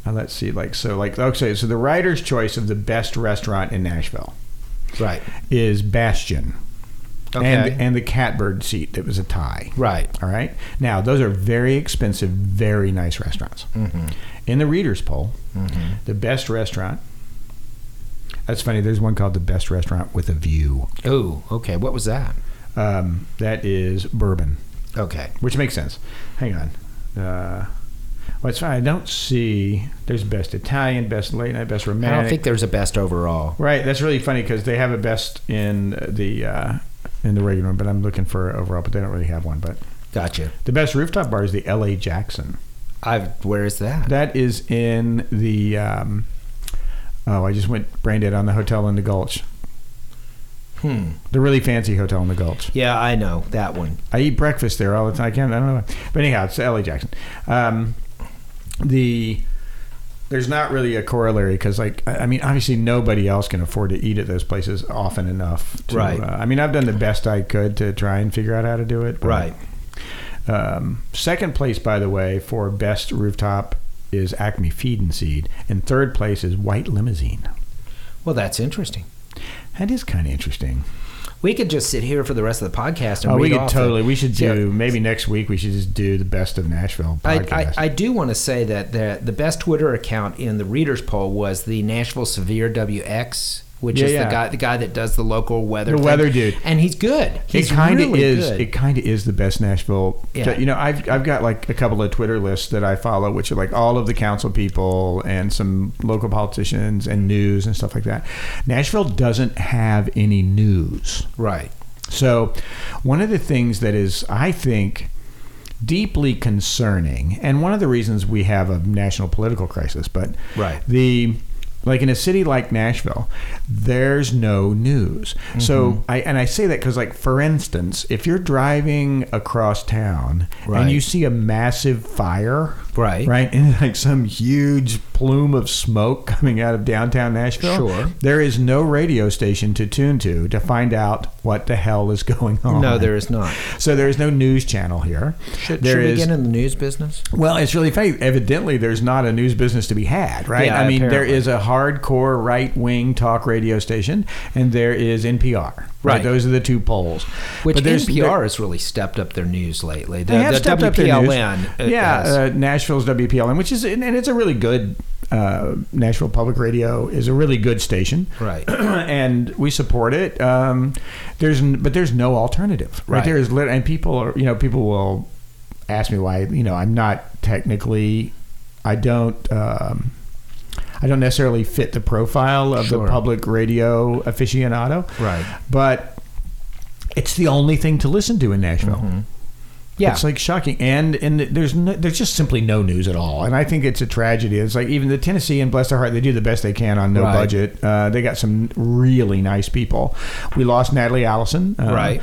Speaker 1: Uh, let's see, like so, like okay, so the writer's choice of the best restaurant in Nashville
Speaker 2: Right.
Speaker 1: is Bastion,
Speaker 2: Okay.
Speaker 1: and and the Catbird seat that was a tie.
Speaker 2: Right.
Speaker 1: All right. Now, those are very expensive, very nice restaurants. In the readers' poll, the best restaurant. That's funny. There's one called the best restaurant with a view.
Speaker 2: Oh, okay. What was that?
Speaker 1: Um, that is bourbon,
Speaker 2: Okay.
Speaker 1: which makes sense. Hang on. Uh, well, it's fine. I don't see. There's best Italian, best late night, best
Speaker 2: I
Speaker 1: romantic.
Speaker 2: don't think there's a best overall.
Speaker 1: Right, that's really funny because they have a best in the uh, in the regular one, but I'm looking for overall, but they don't really have one. But
Speaker 2: Gotcha.
Speaker 1: the best rooftop bar is the L.A. Jackson.
Speaker 2: I've. Where is that?
Speaker 1: That is in the. Um, oh, I just went brain dead on the hotel in the Gulch.
Speaker 2: Hmm.
Speaker 1: The really fancy hotel in the Gulch.
Speaker 2: Yeah, I know that one.
Speaker 1: I eat breakfast there all the time. I can't. I don't know. why. But anyhow, it's L.A. Jackson. Um, the there's not really a corollary because, like, I I mean, obviously nobody else can afford to eat at those places often enough. To,
Speaker 2: Right.
Speaker 1: Uh, I mean, I've done the best I could to try and figure out how to do it. but-
Speaker 2: Right.
Speaker 1: Um, second place, by the way, for best rooftop is Acme Feed and Seed, and third place is White Limousine.
Speaker 2: Well, that's interesting.
Speaker 1: That is kind of interesting.
Speaker 2: We could just sit here for the rest of the podcast and
Speaker 1: Oh, we
Speaker 2: read
Speaker 1: could
Speaker 2: off the-
Speaker 1: totally. We should
Speaker 2: Yeah.
Speaker 1: do maybe next week. We should just do the best of Nashville podcast.
Speaker 2: I, I, I do want to say that the, the best Twitter account in the readers poll was the Nashville Severe WX, which
Speaker 1: Yeah,
Speaker 2: is
Speaker 1: yeah.
Speaker 2: the guy the guy that does the local weather.
Speaker 1: The
Speaker 2: thing.
Speaker 1: weather dude.
Speaker 2: and he's good. He's
Speaker 1: it kind of
Speaker 2: really
Speaker 1: is.
Speaker 2: good.
Speaker 1: It kind of is the best Nashville.
Speaker 2: Yeah.
Speaker 1: You know, I've I've got like a couple of Twitter lists that I follow, which are like all of the council people and some local politicians and news and stuff like that. Nashville doesn't have any news.
Speaker 2: right.
Speaker 1: So, one of the things that is, I think, deeply concerning, and one of the reasons we have a national political crisis, but
Speaker 2: Right.
Speaker 1: the like in a city like Nashville, there's no news.
Speaker 2: Mm-hmm.
Speaker 1: So I and I say that because, like for instance, if you're driving across town
Speaker 2: Right.
Speaker 1: and you see a massive fire,
Speaker 2: Right.
Speaker 1: right, and like some huge plume of smoke coming out of downtown Nashville,
Speaker 2: Sure.
Speaker 1: there is no radio station to tune to to find out what the hell is going on.
Speaker 2: No, there is not.
Speaker 1: So there is no news channel here.
Speaker 2: Should,
Speaker 1: There
Speaker 2: should we
Speaker 1: is-
Speaker 2: get in the news business?
Speaker 1: well, it's really funny. Evidently, there's not a news business to be had, right?
Speaker 2: Yeah,
Speaker 1: I mean,
Speaker 2: apparently.
Speaker 1: there is a hardcore right wing talk radio station, and there is NPR. Right.
Speaker 2: Right.
Speaker 1: Those are the two poles.
Speaker 2: Which
Speaker 1: But there's-
Speaker 2: NPR
Speaker 1: there-
Speaker 2: has really stepped up their news lately. The,
Speaker 1: they have
Speaker 2: the
Speaker 1: stepped
Speaker 2: WPLN.
Speaker 1: up their
Speaker 2: uh,
Speaker 1: news. Yeah,
Speaker 2: has.
Speaker 1: uh, Nashville's WPLN, which is and and it's a really good uh, Nashville Public Radio is a really good station,
Speaker 2: Right.
Speaker 1: and we support it. Um, there's n- but there's no alternative, right?
Speaker 2: Right.
Speaker 1: There is lit- and people are you know people will ask me why you know I'm not technically I don't. Um, I don't necessarily fit the profile of
Speaker 2: Sure.
Speaker 1: the public radio aficionado,
Speaker 2: Right.
Speaker 1: But it's the only thing to listen to in Nashville.
Speaker 2: Mm-hmm. yeah.
Speaker 1: It's like shocking, and and there's no, there's just simply no news at all, and I think it's a tragedy. It's like even the Tennessee and bless their heart, they do the best they can on no
Speaker 2: Right.
Speaker 1: budget. Uh, they got some really nice people. We lost Natalie Allison, uh,
Speaker 2: Right.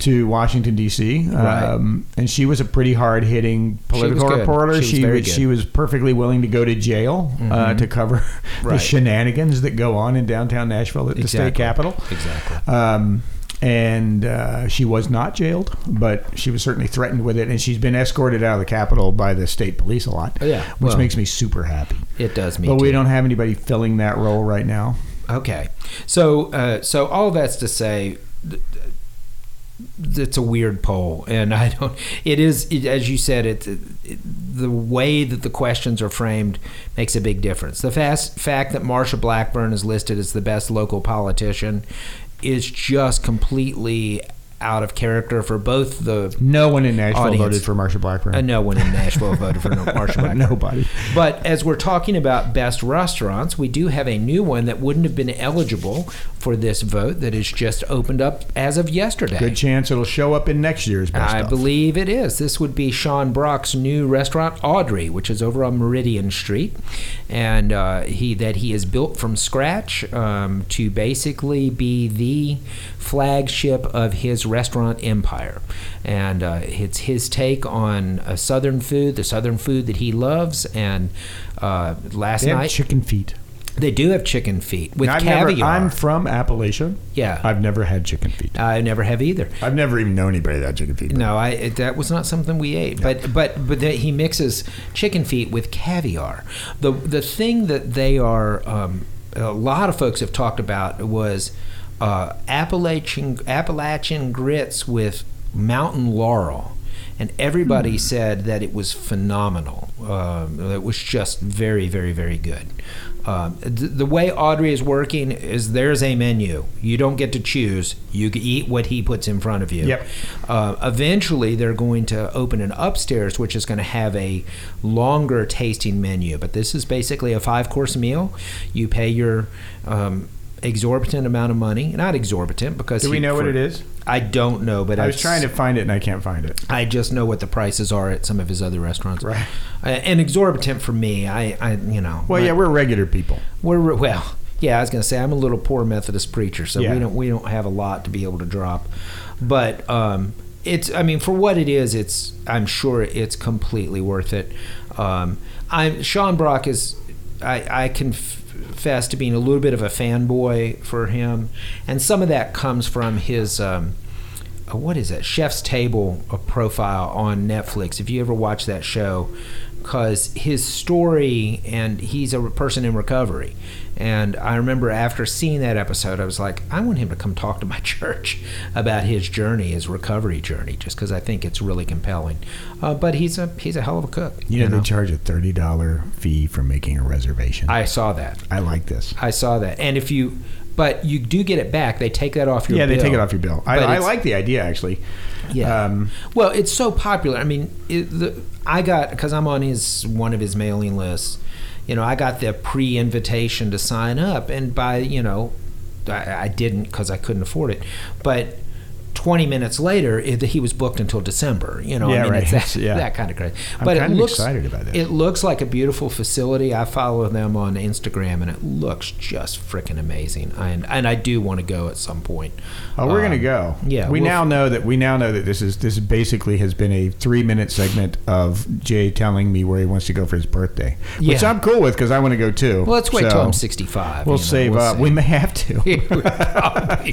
Speaker 1: to Washington D.C., um, and she was a pretty hard hitting political
Speaker 2: good.
Speaker 1: reporter.
Speaker 2: She was
Speaker 1: she
Speaker 2: very
Speaker 1: was,
Speaker 2: good. Mm-hmm.
Speaker 1: she was perfectly willing to go to jail uh, to cover the
Speaker 2: Right.
Speaker 1: shenanigans that go on in downtown Nashville at the state
Speaker 2: Exactly.
Speaker 1: capitol.
Speaker 2: exactly.
Speaker 1: Um, and uh, she was not jailed, but she was certainly threatened with it, and she's been escorted out of the Capitol by the state police a lot.
Speaker 2: Oh, yeah.
Speaker 1: which
Speaker 2: Well,
Speaker 1: makes me super happy.
Speaker 2: It does me.
Speaker 1: But we
Speaker 2: too.
Speaker 1: don't have anybody filling that role right now.
Speaker 2: Okay, so uh, so all that's to say, th- th- it's a weird poll, and I don't. It is it, as you said. It, it the way that the questions are framed makes a big difference. The fast fact that Marsha Blackburn is listed as the best local politician is just completely out of character for both the
Speaker 1: No one in Nashville
Speaker 2: Audience.
Speaker 1: voted for Marsha Blackburn.
Speaker 2: uh, no one in Nashville voted for Marshall Blackburn.
Speaker 1: Nobody.
Speaker 2: But as we're talking about best restaurants, we do have a new one that wouldn't have been eligible for this vote that has just opened up as of yesterday.
Speaker 1: Good chance it'll show up in next year's best
Speaker 2: I
Speaker 1: of.
Speaker 2: believe it is. This would be Sean Brock's new restaurant, Audrey, which is over on Meridian Street, and uh, he that he has built from scratch um, to basically be the flagship of his restaurant empire, and uh, it's his take on uh, Southern food, the Southern food that he loves, and uh, last
Speaker 1: They have
Speaker 2: night
Speaker 1: chicken feet.
Speaker 2: they do have chicken feet with
Speaker 1: I've
Speaker 2: caviar.
Speaker 1: never- I'm from Appalachia.
Speaker 2: Yeah.
Speaker 1: I've never had chicken feet.
Speaker 2: I never have either.
Speaker 1: I've never even known anybody that had chicken feet.
Speaker 2: No, I it- that was not something we ate. But but but that he mixes chicken feet with caviar. The the thing that they are um, a lot of folks have talked about was uh, Appalachian Appalachian grits with mountain laurel. And everybody said that it was phenomenal. Um, it was just very, very, very good. Um, th- the way Audrey is working is there's a menu. You don't get to choose. You can eat what he puts in front of you.
Speaker 1: Yep.
Speaker 2: Uh, eventually, they're going to open an upstairs, which is going to have a longer tasting menu. But this is basically a five course meal. You pay your um, exorbitant amount of money. Not exorbitant because
Speaker 1: Do we
Speaker 2: he-
Speaker 1: know what
Speaker 2: for-
Speaker 1: it is?
Speaker 2: I don't know, but
Speaker 1: I was
Speaker 2: I've
Speaker 1: trying to find it and I can't find it.
Speaker 2: I just know what the prices are at some of his other restaurants.
Speaker 1: Right.
Speaker 2: Uh, and exorbitant for me. I, I you know.
Speaker 1: Well,
Speaker 2: my-
Speaker 1: yeah, we're regular people.
Speaker 2: we're re- well, yeah. I was going to say I'm a little poor Methodist preacher, so
Speaker 1: Yeah.
Speaker 2: we don't we don't have a lot to be able to drop. But um, it's I mean for what it is, it's I'm sure it's completely worth it. Um, I'm Sean Brock is I I confess to being a little bit of a fanboy for him, and some of that comes from his. Um, uh, what is that chef's table uh, profile on netflix if you ever watch that show because his story and he's a person in recovery and i remember after seeing that episode i was like i want him to come talk to my church about his journey his recovery journey just because i think it's really compelling uh, but he's a he's a hell of a cook
Speaker 1: You know, they charge a $30 fee for making a reservation.
Speaker 2: i saw that
Speaker 1: I like this.
Speaker 2: i saw that and if you but you do get it back they take that off your
Speaker 1: Yeah, they
Speaker 2: bill.
Speaker 1: take it off your bill. I,
Speaker 2: But
Speaker 1: I
Speaker 2: it's-
Speaker 1: like the idea, actually.
Speaker 2: Yeah.
Speaker 1: Um,
Speaker 2: well, it's so popular. I mean, it, the, I got because I'm on his one of his mailing lists. You know, I got the pre-invitation to sign up, and by you know, I, I didn't because I couldn't afford it. But 20 minutes later, it, he was booked until December. You know,
Speaker 1: Yeah,
Speaker 2: I mean,
Speaker 1: right.
Speaker 2: it's that,
Speaker 1: Yeah.
Speaker 2: that kind of crazy.
Speaker 1: I'm
Speaker 2: but
Speaker 1: kind
Speaker 2: it
Speaker 1: of
Speaker 2: looks
Speaker 1: excited about that.
Speaker 2: It looks like a beautiful facility. I follow them on Instagram, and it looks just freaking amazing. And and I do want to go at some point.
Speaker 1: Oh, we're
Speaker 2: Um,
Speaker 1: gonna go.
Speaker 2: yeah,
Speaker 1: we
Speaker 2: we'll-
Speaker 1: now know that we now know that this is this basically has been a three minute segment of Jay telling me where he wants to go for his birthday, which
Speaker 2: Yeah.
Speaker 1: I'm cool with because I want to go too.
Speaker 2: Well, let's wait
Speaker 1: So,
Speaker 2: till I'm 65.
Speaker 1: We'll
Speaker 2: you know,
Speaker 1: save
Speaker 2: we'll
Speaker 1: up.
Speaker 2: see.
Speaker 1: We may have to.
Speaker 2: We probably,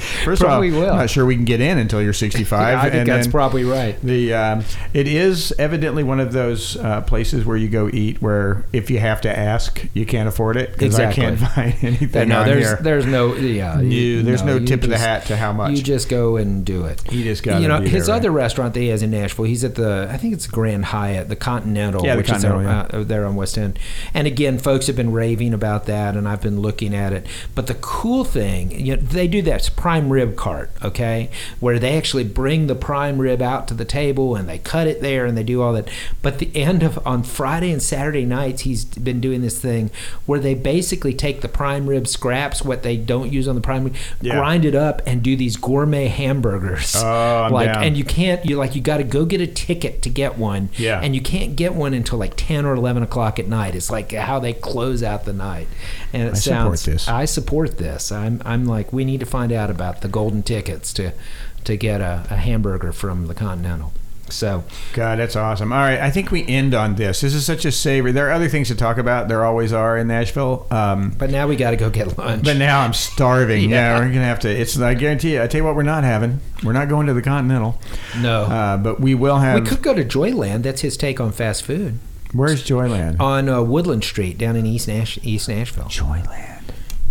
Speaker 1: First
Speaker 2: probably
Speaker 1: of all,
Speaker 2: will.
Speaker 1: I'm not sure we can get in until you're 65.
Speaker 2: I think
Speaker 1: and
Speaker 2: that's
Speaker 1: then
Speaker 2: probably right.
Speaker 1: The um, it is evidently one of those uh, places where you go eat where if you have to ask, you can't afford it because
Speaker 2: Exactly.
Speaker 1: I can't find anything
Speaker 2: no,
Speaker 1: on
Speaker 2: there's
Speaker 1: here.
Speaker 2: there's no yeah.
Speaker 1: You- there's no
Speaker 2: you
Speaker 1: tip of the hat to how much.
Speaker 2: You just go and do it.
Speaker 1: He just gotta
Speaker 2: You know
Speaker 1: be
Speaker 2: his
Speaker 1: there, right?
Speaker 2: other restaurant that he has in Nashville. He's at the I think it's Grand Hyatt, the Continental,
Speaker 1: Yeah, the
Speaker 2: which is
Speaker 1: Continental,
Speaker 2: out- uh, there on West End. And again, folks have been raving about that, and I've been looking at it. But the cool thing, you know, they do that prime rib cart, okay, where they actually bring the prime rib out to the table and they cut it there and they do all that. But the end of on Friday and Saturday nights, he's been doing this thing where they basically take the prime rib scraps, what they don't use on the prime rib,
Speaker 1: Yeah.
Speaker 2: grind it up, and do these gourmet hamburgers.
Speaker 1: Oh, I'm
Speaker 2: like
Speaker 1: down.
Speaker 2: and you can't you like you got to go get a ticket to get one.
Speaker 1: Yeah.
Speaker 2: and you can't get one until like 10 or 11 o'clock at night. It's like how they close out the night. And it
Speaker 1: I support
Speaker 2: sounds,
Speaker 1: this.
Speaker 2: I support this. I'm, I'm like, we need to find out about the golden tickets to, to get a, a hamburger from the Continental. So,
Speaker 1: God, that's awesome. All right, I think we end on this. This is such a savory. There are other things to talk about. There always are in Nashville. Um,
Speaker 2: but now we got to go get lunch.
Speaker 1: but now I'm starving. yeah.
Speaker 2: Yeah.
Speaker 1: we're gonna have to. It's. I guarantee you. I tell you what, we're not having. We're not going to the Continental.
Speaker 2: no.
Speaker 1: Uh, but we will have.
Speaker 2: Oh. we could go to Joyland. That's his take on fast food
Speaker 1: where's Joyland?
Speaker 2: on uh, Woodland Street down in East Nash, East Nashville.
Speaker 1: Joyland.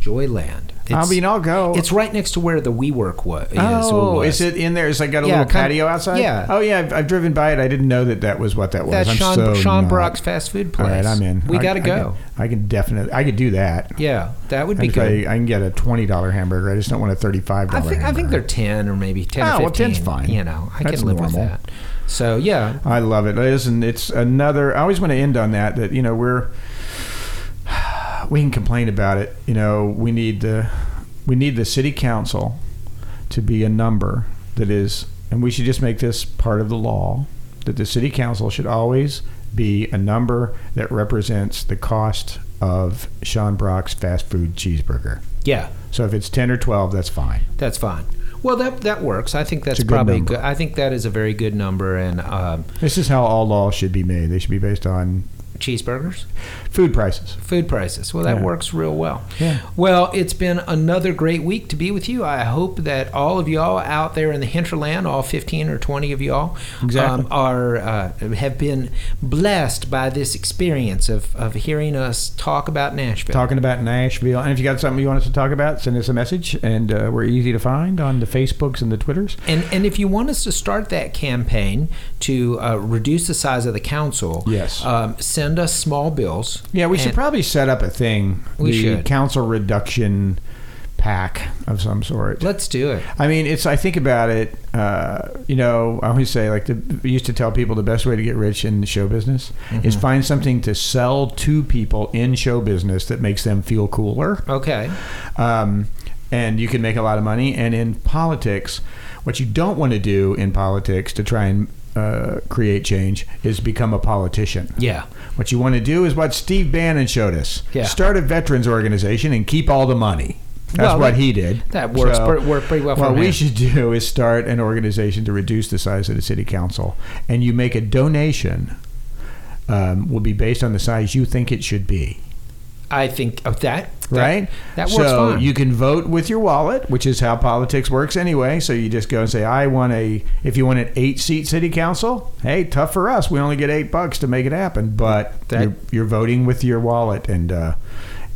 Speaker 2: Joyland. It's,
Speaker 1: I mean, I'll go.
Speaker 2: it's right next to where the WeWork was.
Speaker 1: oh, is it in there? It's like got a
Speaker 2: Yeah,
Speaker 1: little
Speaker 2: kind-
Speaker 1: patio outside.
Speaker 2: yeah.
Speaker 1: Oh yeah, I've, I've driven by it. I didn't know that that was what that was.
Speaker 2: That's
Speaker 1: I'm
Speaker 2: Sean,
Speaker 1: so
Speaker 2: Sean
Speaker 1: not-
Speaker 2: Brock's fast food
Speaker 1: All
Speaker 2: place.
Speaker 1: right, I'm in.
Speaker 2: We
Speaker 1: I-
Speaker 2: got to
Speaker 1: I
Speaker 2: go.
Speaker 1: can- I can definitely. I could do that.
Speaker 2: yeah, that would be
Speaker 1: And if
Speaker 2: good.
Speaker 1: I, I can get a twenty dollar hamburger. I just don't want a thirty five
Speaker 2: I
Speaker 1: dollar.
Speaker 2: think I think they're ten or maybe ten.
Speaker 1: Oh,
Speaker 2: or
Speaker 1: well,
Speaker 2: 15,
Speaker 1: 10's fine.
Speaker 2: You know, I
Speaker 1: That's
Speaker 2: can live with
Speaker 1: normal.
Speaker 2: that. So yeah,
Speaker 1: I love it. Listen, it's another. I always want to end on that. That you know we're we can complain about it. You know we need the we need the city council to be a number that is, and we should just make this part of the law that the city council should always be a number that represents the cost of Sean Brock's fast food cheeseburger.
Speaker 2: yeah,
Speaker 1: So if it's ten or twelve, that's fine.
Speaker 2: that's fine. Well, that that works. I think that's
Speaker 1: a good
Speaker 2: probably.
Speaker 1: number.
Speaker 2: Good. I think that is a very good number. And um,
Speaker 1: This is how all laws should be made. They should be based on
Speaker 2: cheeseburgers,
Speaker 1: food prices.
Speaker 2: food prices. Well, that
Speaker 1: Yeah.
Speaker 2: works real well.
Speaker 1: Yeah.
Speaker 2: Well, it's been another great week to be with you. I hope that all of y'all out there in the hinterland, all 15 or 20 of y'all, um,
Speaker 1: Exactly.
Speaker 2: are uh, have been blessed by this experience of, of hearing us talk about Nashville.
Speaker 1: talking about Nashville. And if you got something you want us to talk about, send us a message. And uh, we're easy to find on the Facebooks and the Twitters.
Speaker 2: And, and if you want us to start that campaign to uh, reduce the size of the council,
Speaker 1: Yes.
Speaker 2: um, send us small bills.
Speaker 1: Yeah, we should
Speaker 2: And-
Speaker 1: probably set up a thing.
Speaker 2: We
Speaker 1: the
Speaker 2: should.
Speaker 1: council reduction pack of some sort.
Speaker 2: Let's do it.
Speaker 1: I mean, it's. I think about it. Uh, you know, I always say like the, we used to tell people the best way to get rich in the show business
Speaker 2: Mm-hmm.
Speaker 1: is find something to sell to people in show business that makes them feel cooler.
Speaker 2: Okay.
Speaker 1: um, and you can make a lot of money. And in politics, what you don't want to do in politics to try and uh, create change is become a politician.
Speaker 2: Yeah.
Speaker 1: What you want to do is what Steve Bannon showed us:
Speaker 2: Yeah.
Speaker 1: start a veterans organization and keep all the money. That's
Speaker 2: Well,
Speaker 1: what
Speaker 2: that-
Speaker 1: he did.
Speaker 2: that works pre- worked pretty well for
Speaker 1: What we
Speaker 2: him.
Speaker 1: should do is start an organization to reduce the size of the city council, and you make a donation. Um, will be based on the size you think it should be
Speaker 2: I think of that. that-
Speaker 1: right?
Speaker 2: That, works
Speaker 1: so
Speaker 2: fine.
Speaker 1: you can vote with your wallet, which is how politics works anyway. So you just go and say, "I want a." If you want an eight-seat city council, hey, tough for us. We only get eight bucks to make it happen, but
Speaker 2: That-
Speaker 1: you're, you're voting with your wallet, and uh,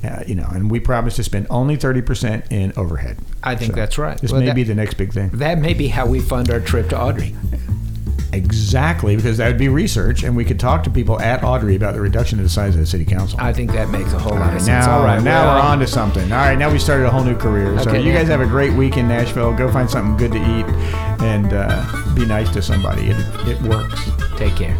Speaker 1: uh, you know, and we promise to spend only thirty percent in overhead.
Speaker 2: I think that's right.
Speaker 1: This
Speaker 2: Well,
Speaker 1: may
Speaker 2: that-
Speaker 1: be the next big thing.
Speaker 2: That may be how we fund our trip to Audrey.
Speaker 1: Exactly, because that would be research, and we could talk to people at Audrey about the reduction of the size of the city council.
Speaker 2: I think that makes a whole
Speaker 1: All
Speaker 2: lot
Speaker 1: right,
Speaker 2: of sense.
Speaker 1: now,
Speaker 2: All right,
Speaker 1: now
Speaker 2: well,
Speaker 1: we're on to something. All right, now we started a whole new career. So
Speaker 2: Okay.
Speaker 1: you guys have a great week in Nashville. Go find something good to eat and uh, be nice to somebody. It, it works.
Speaker 2: Take care.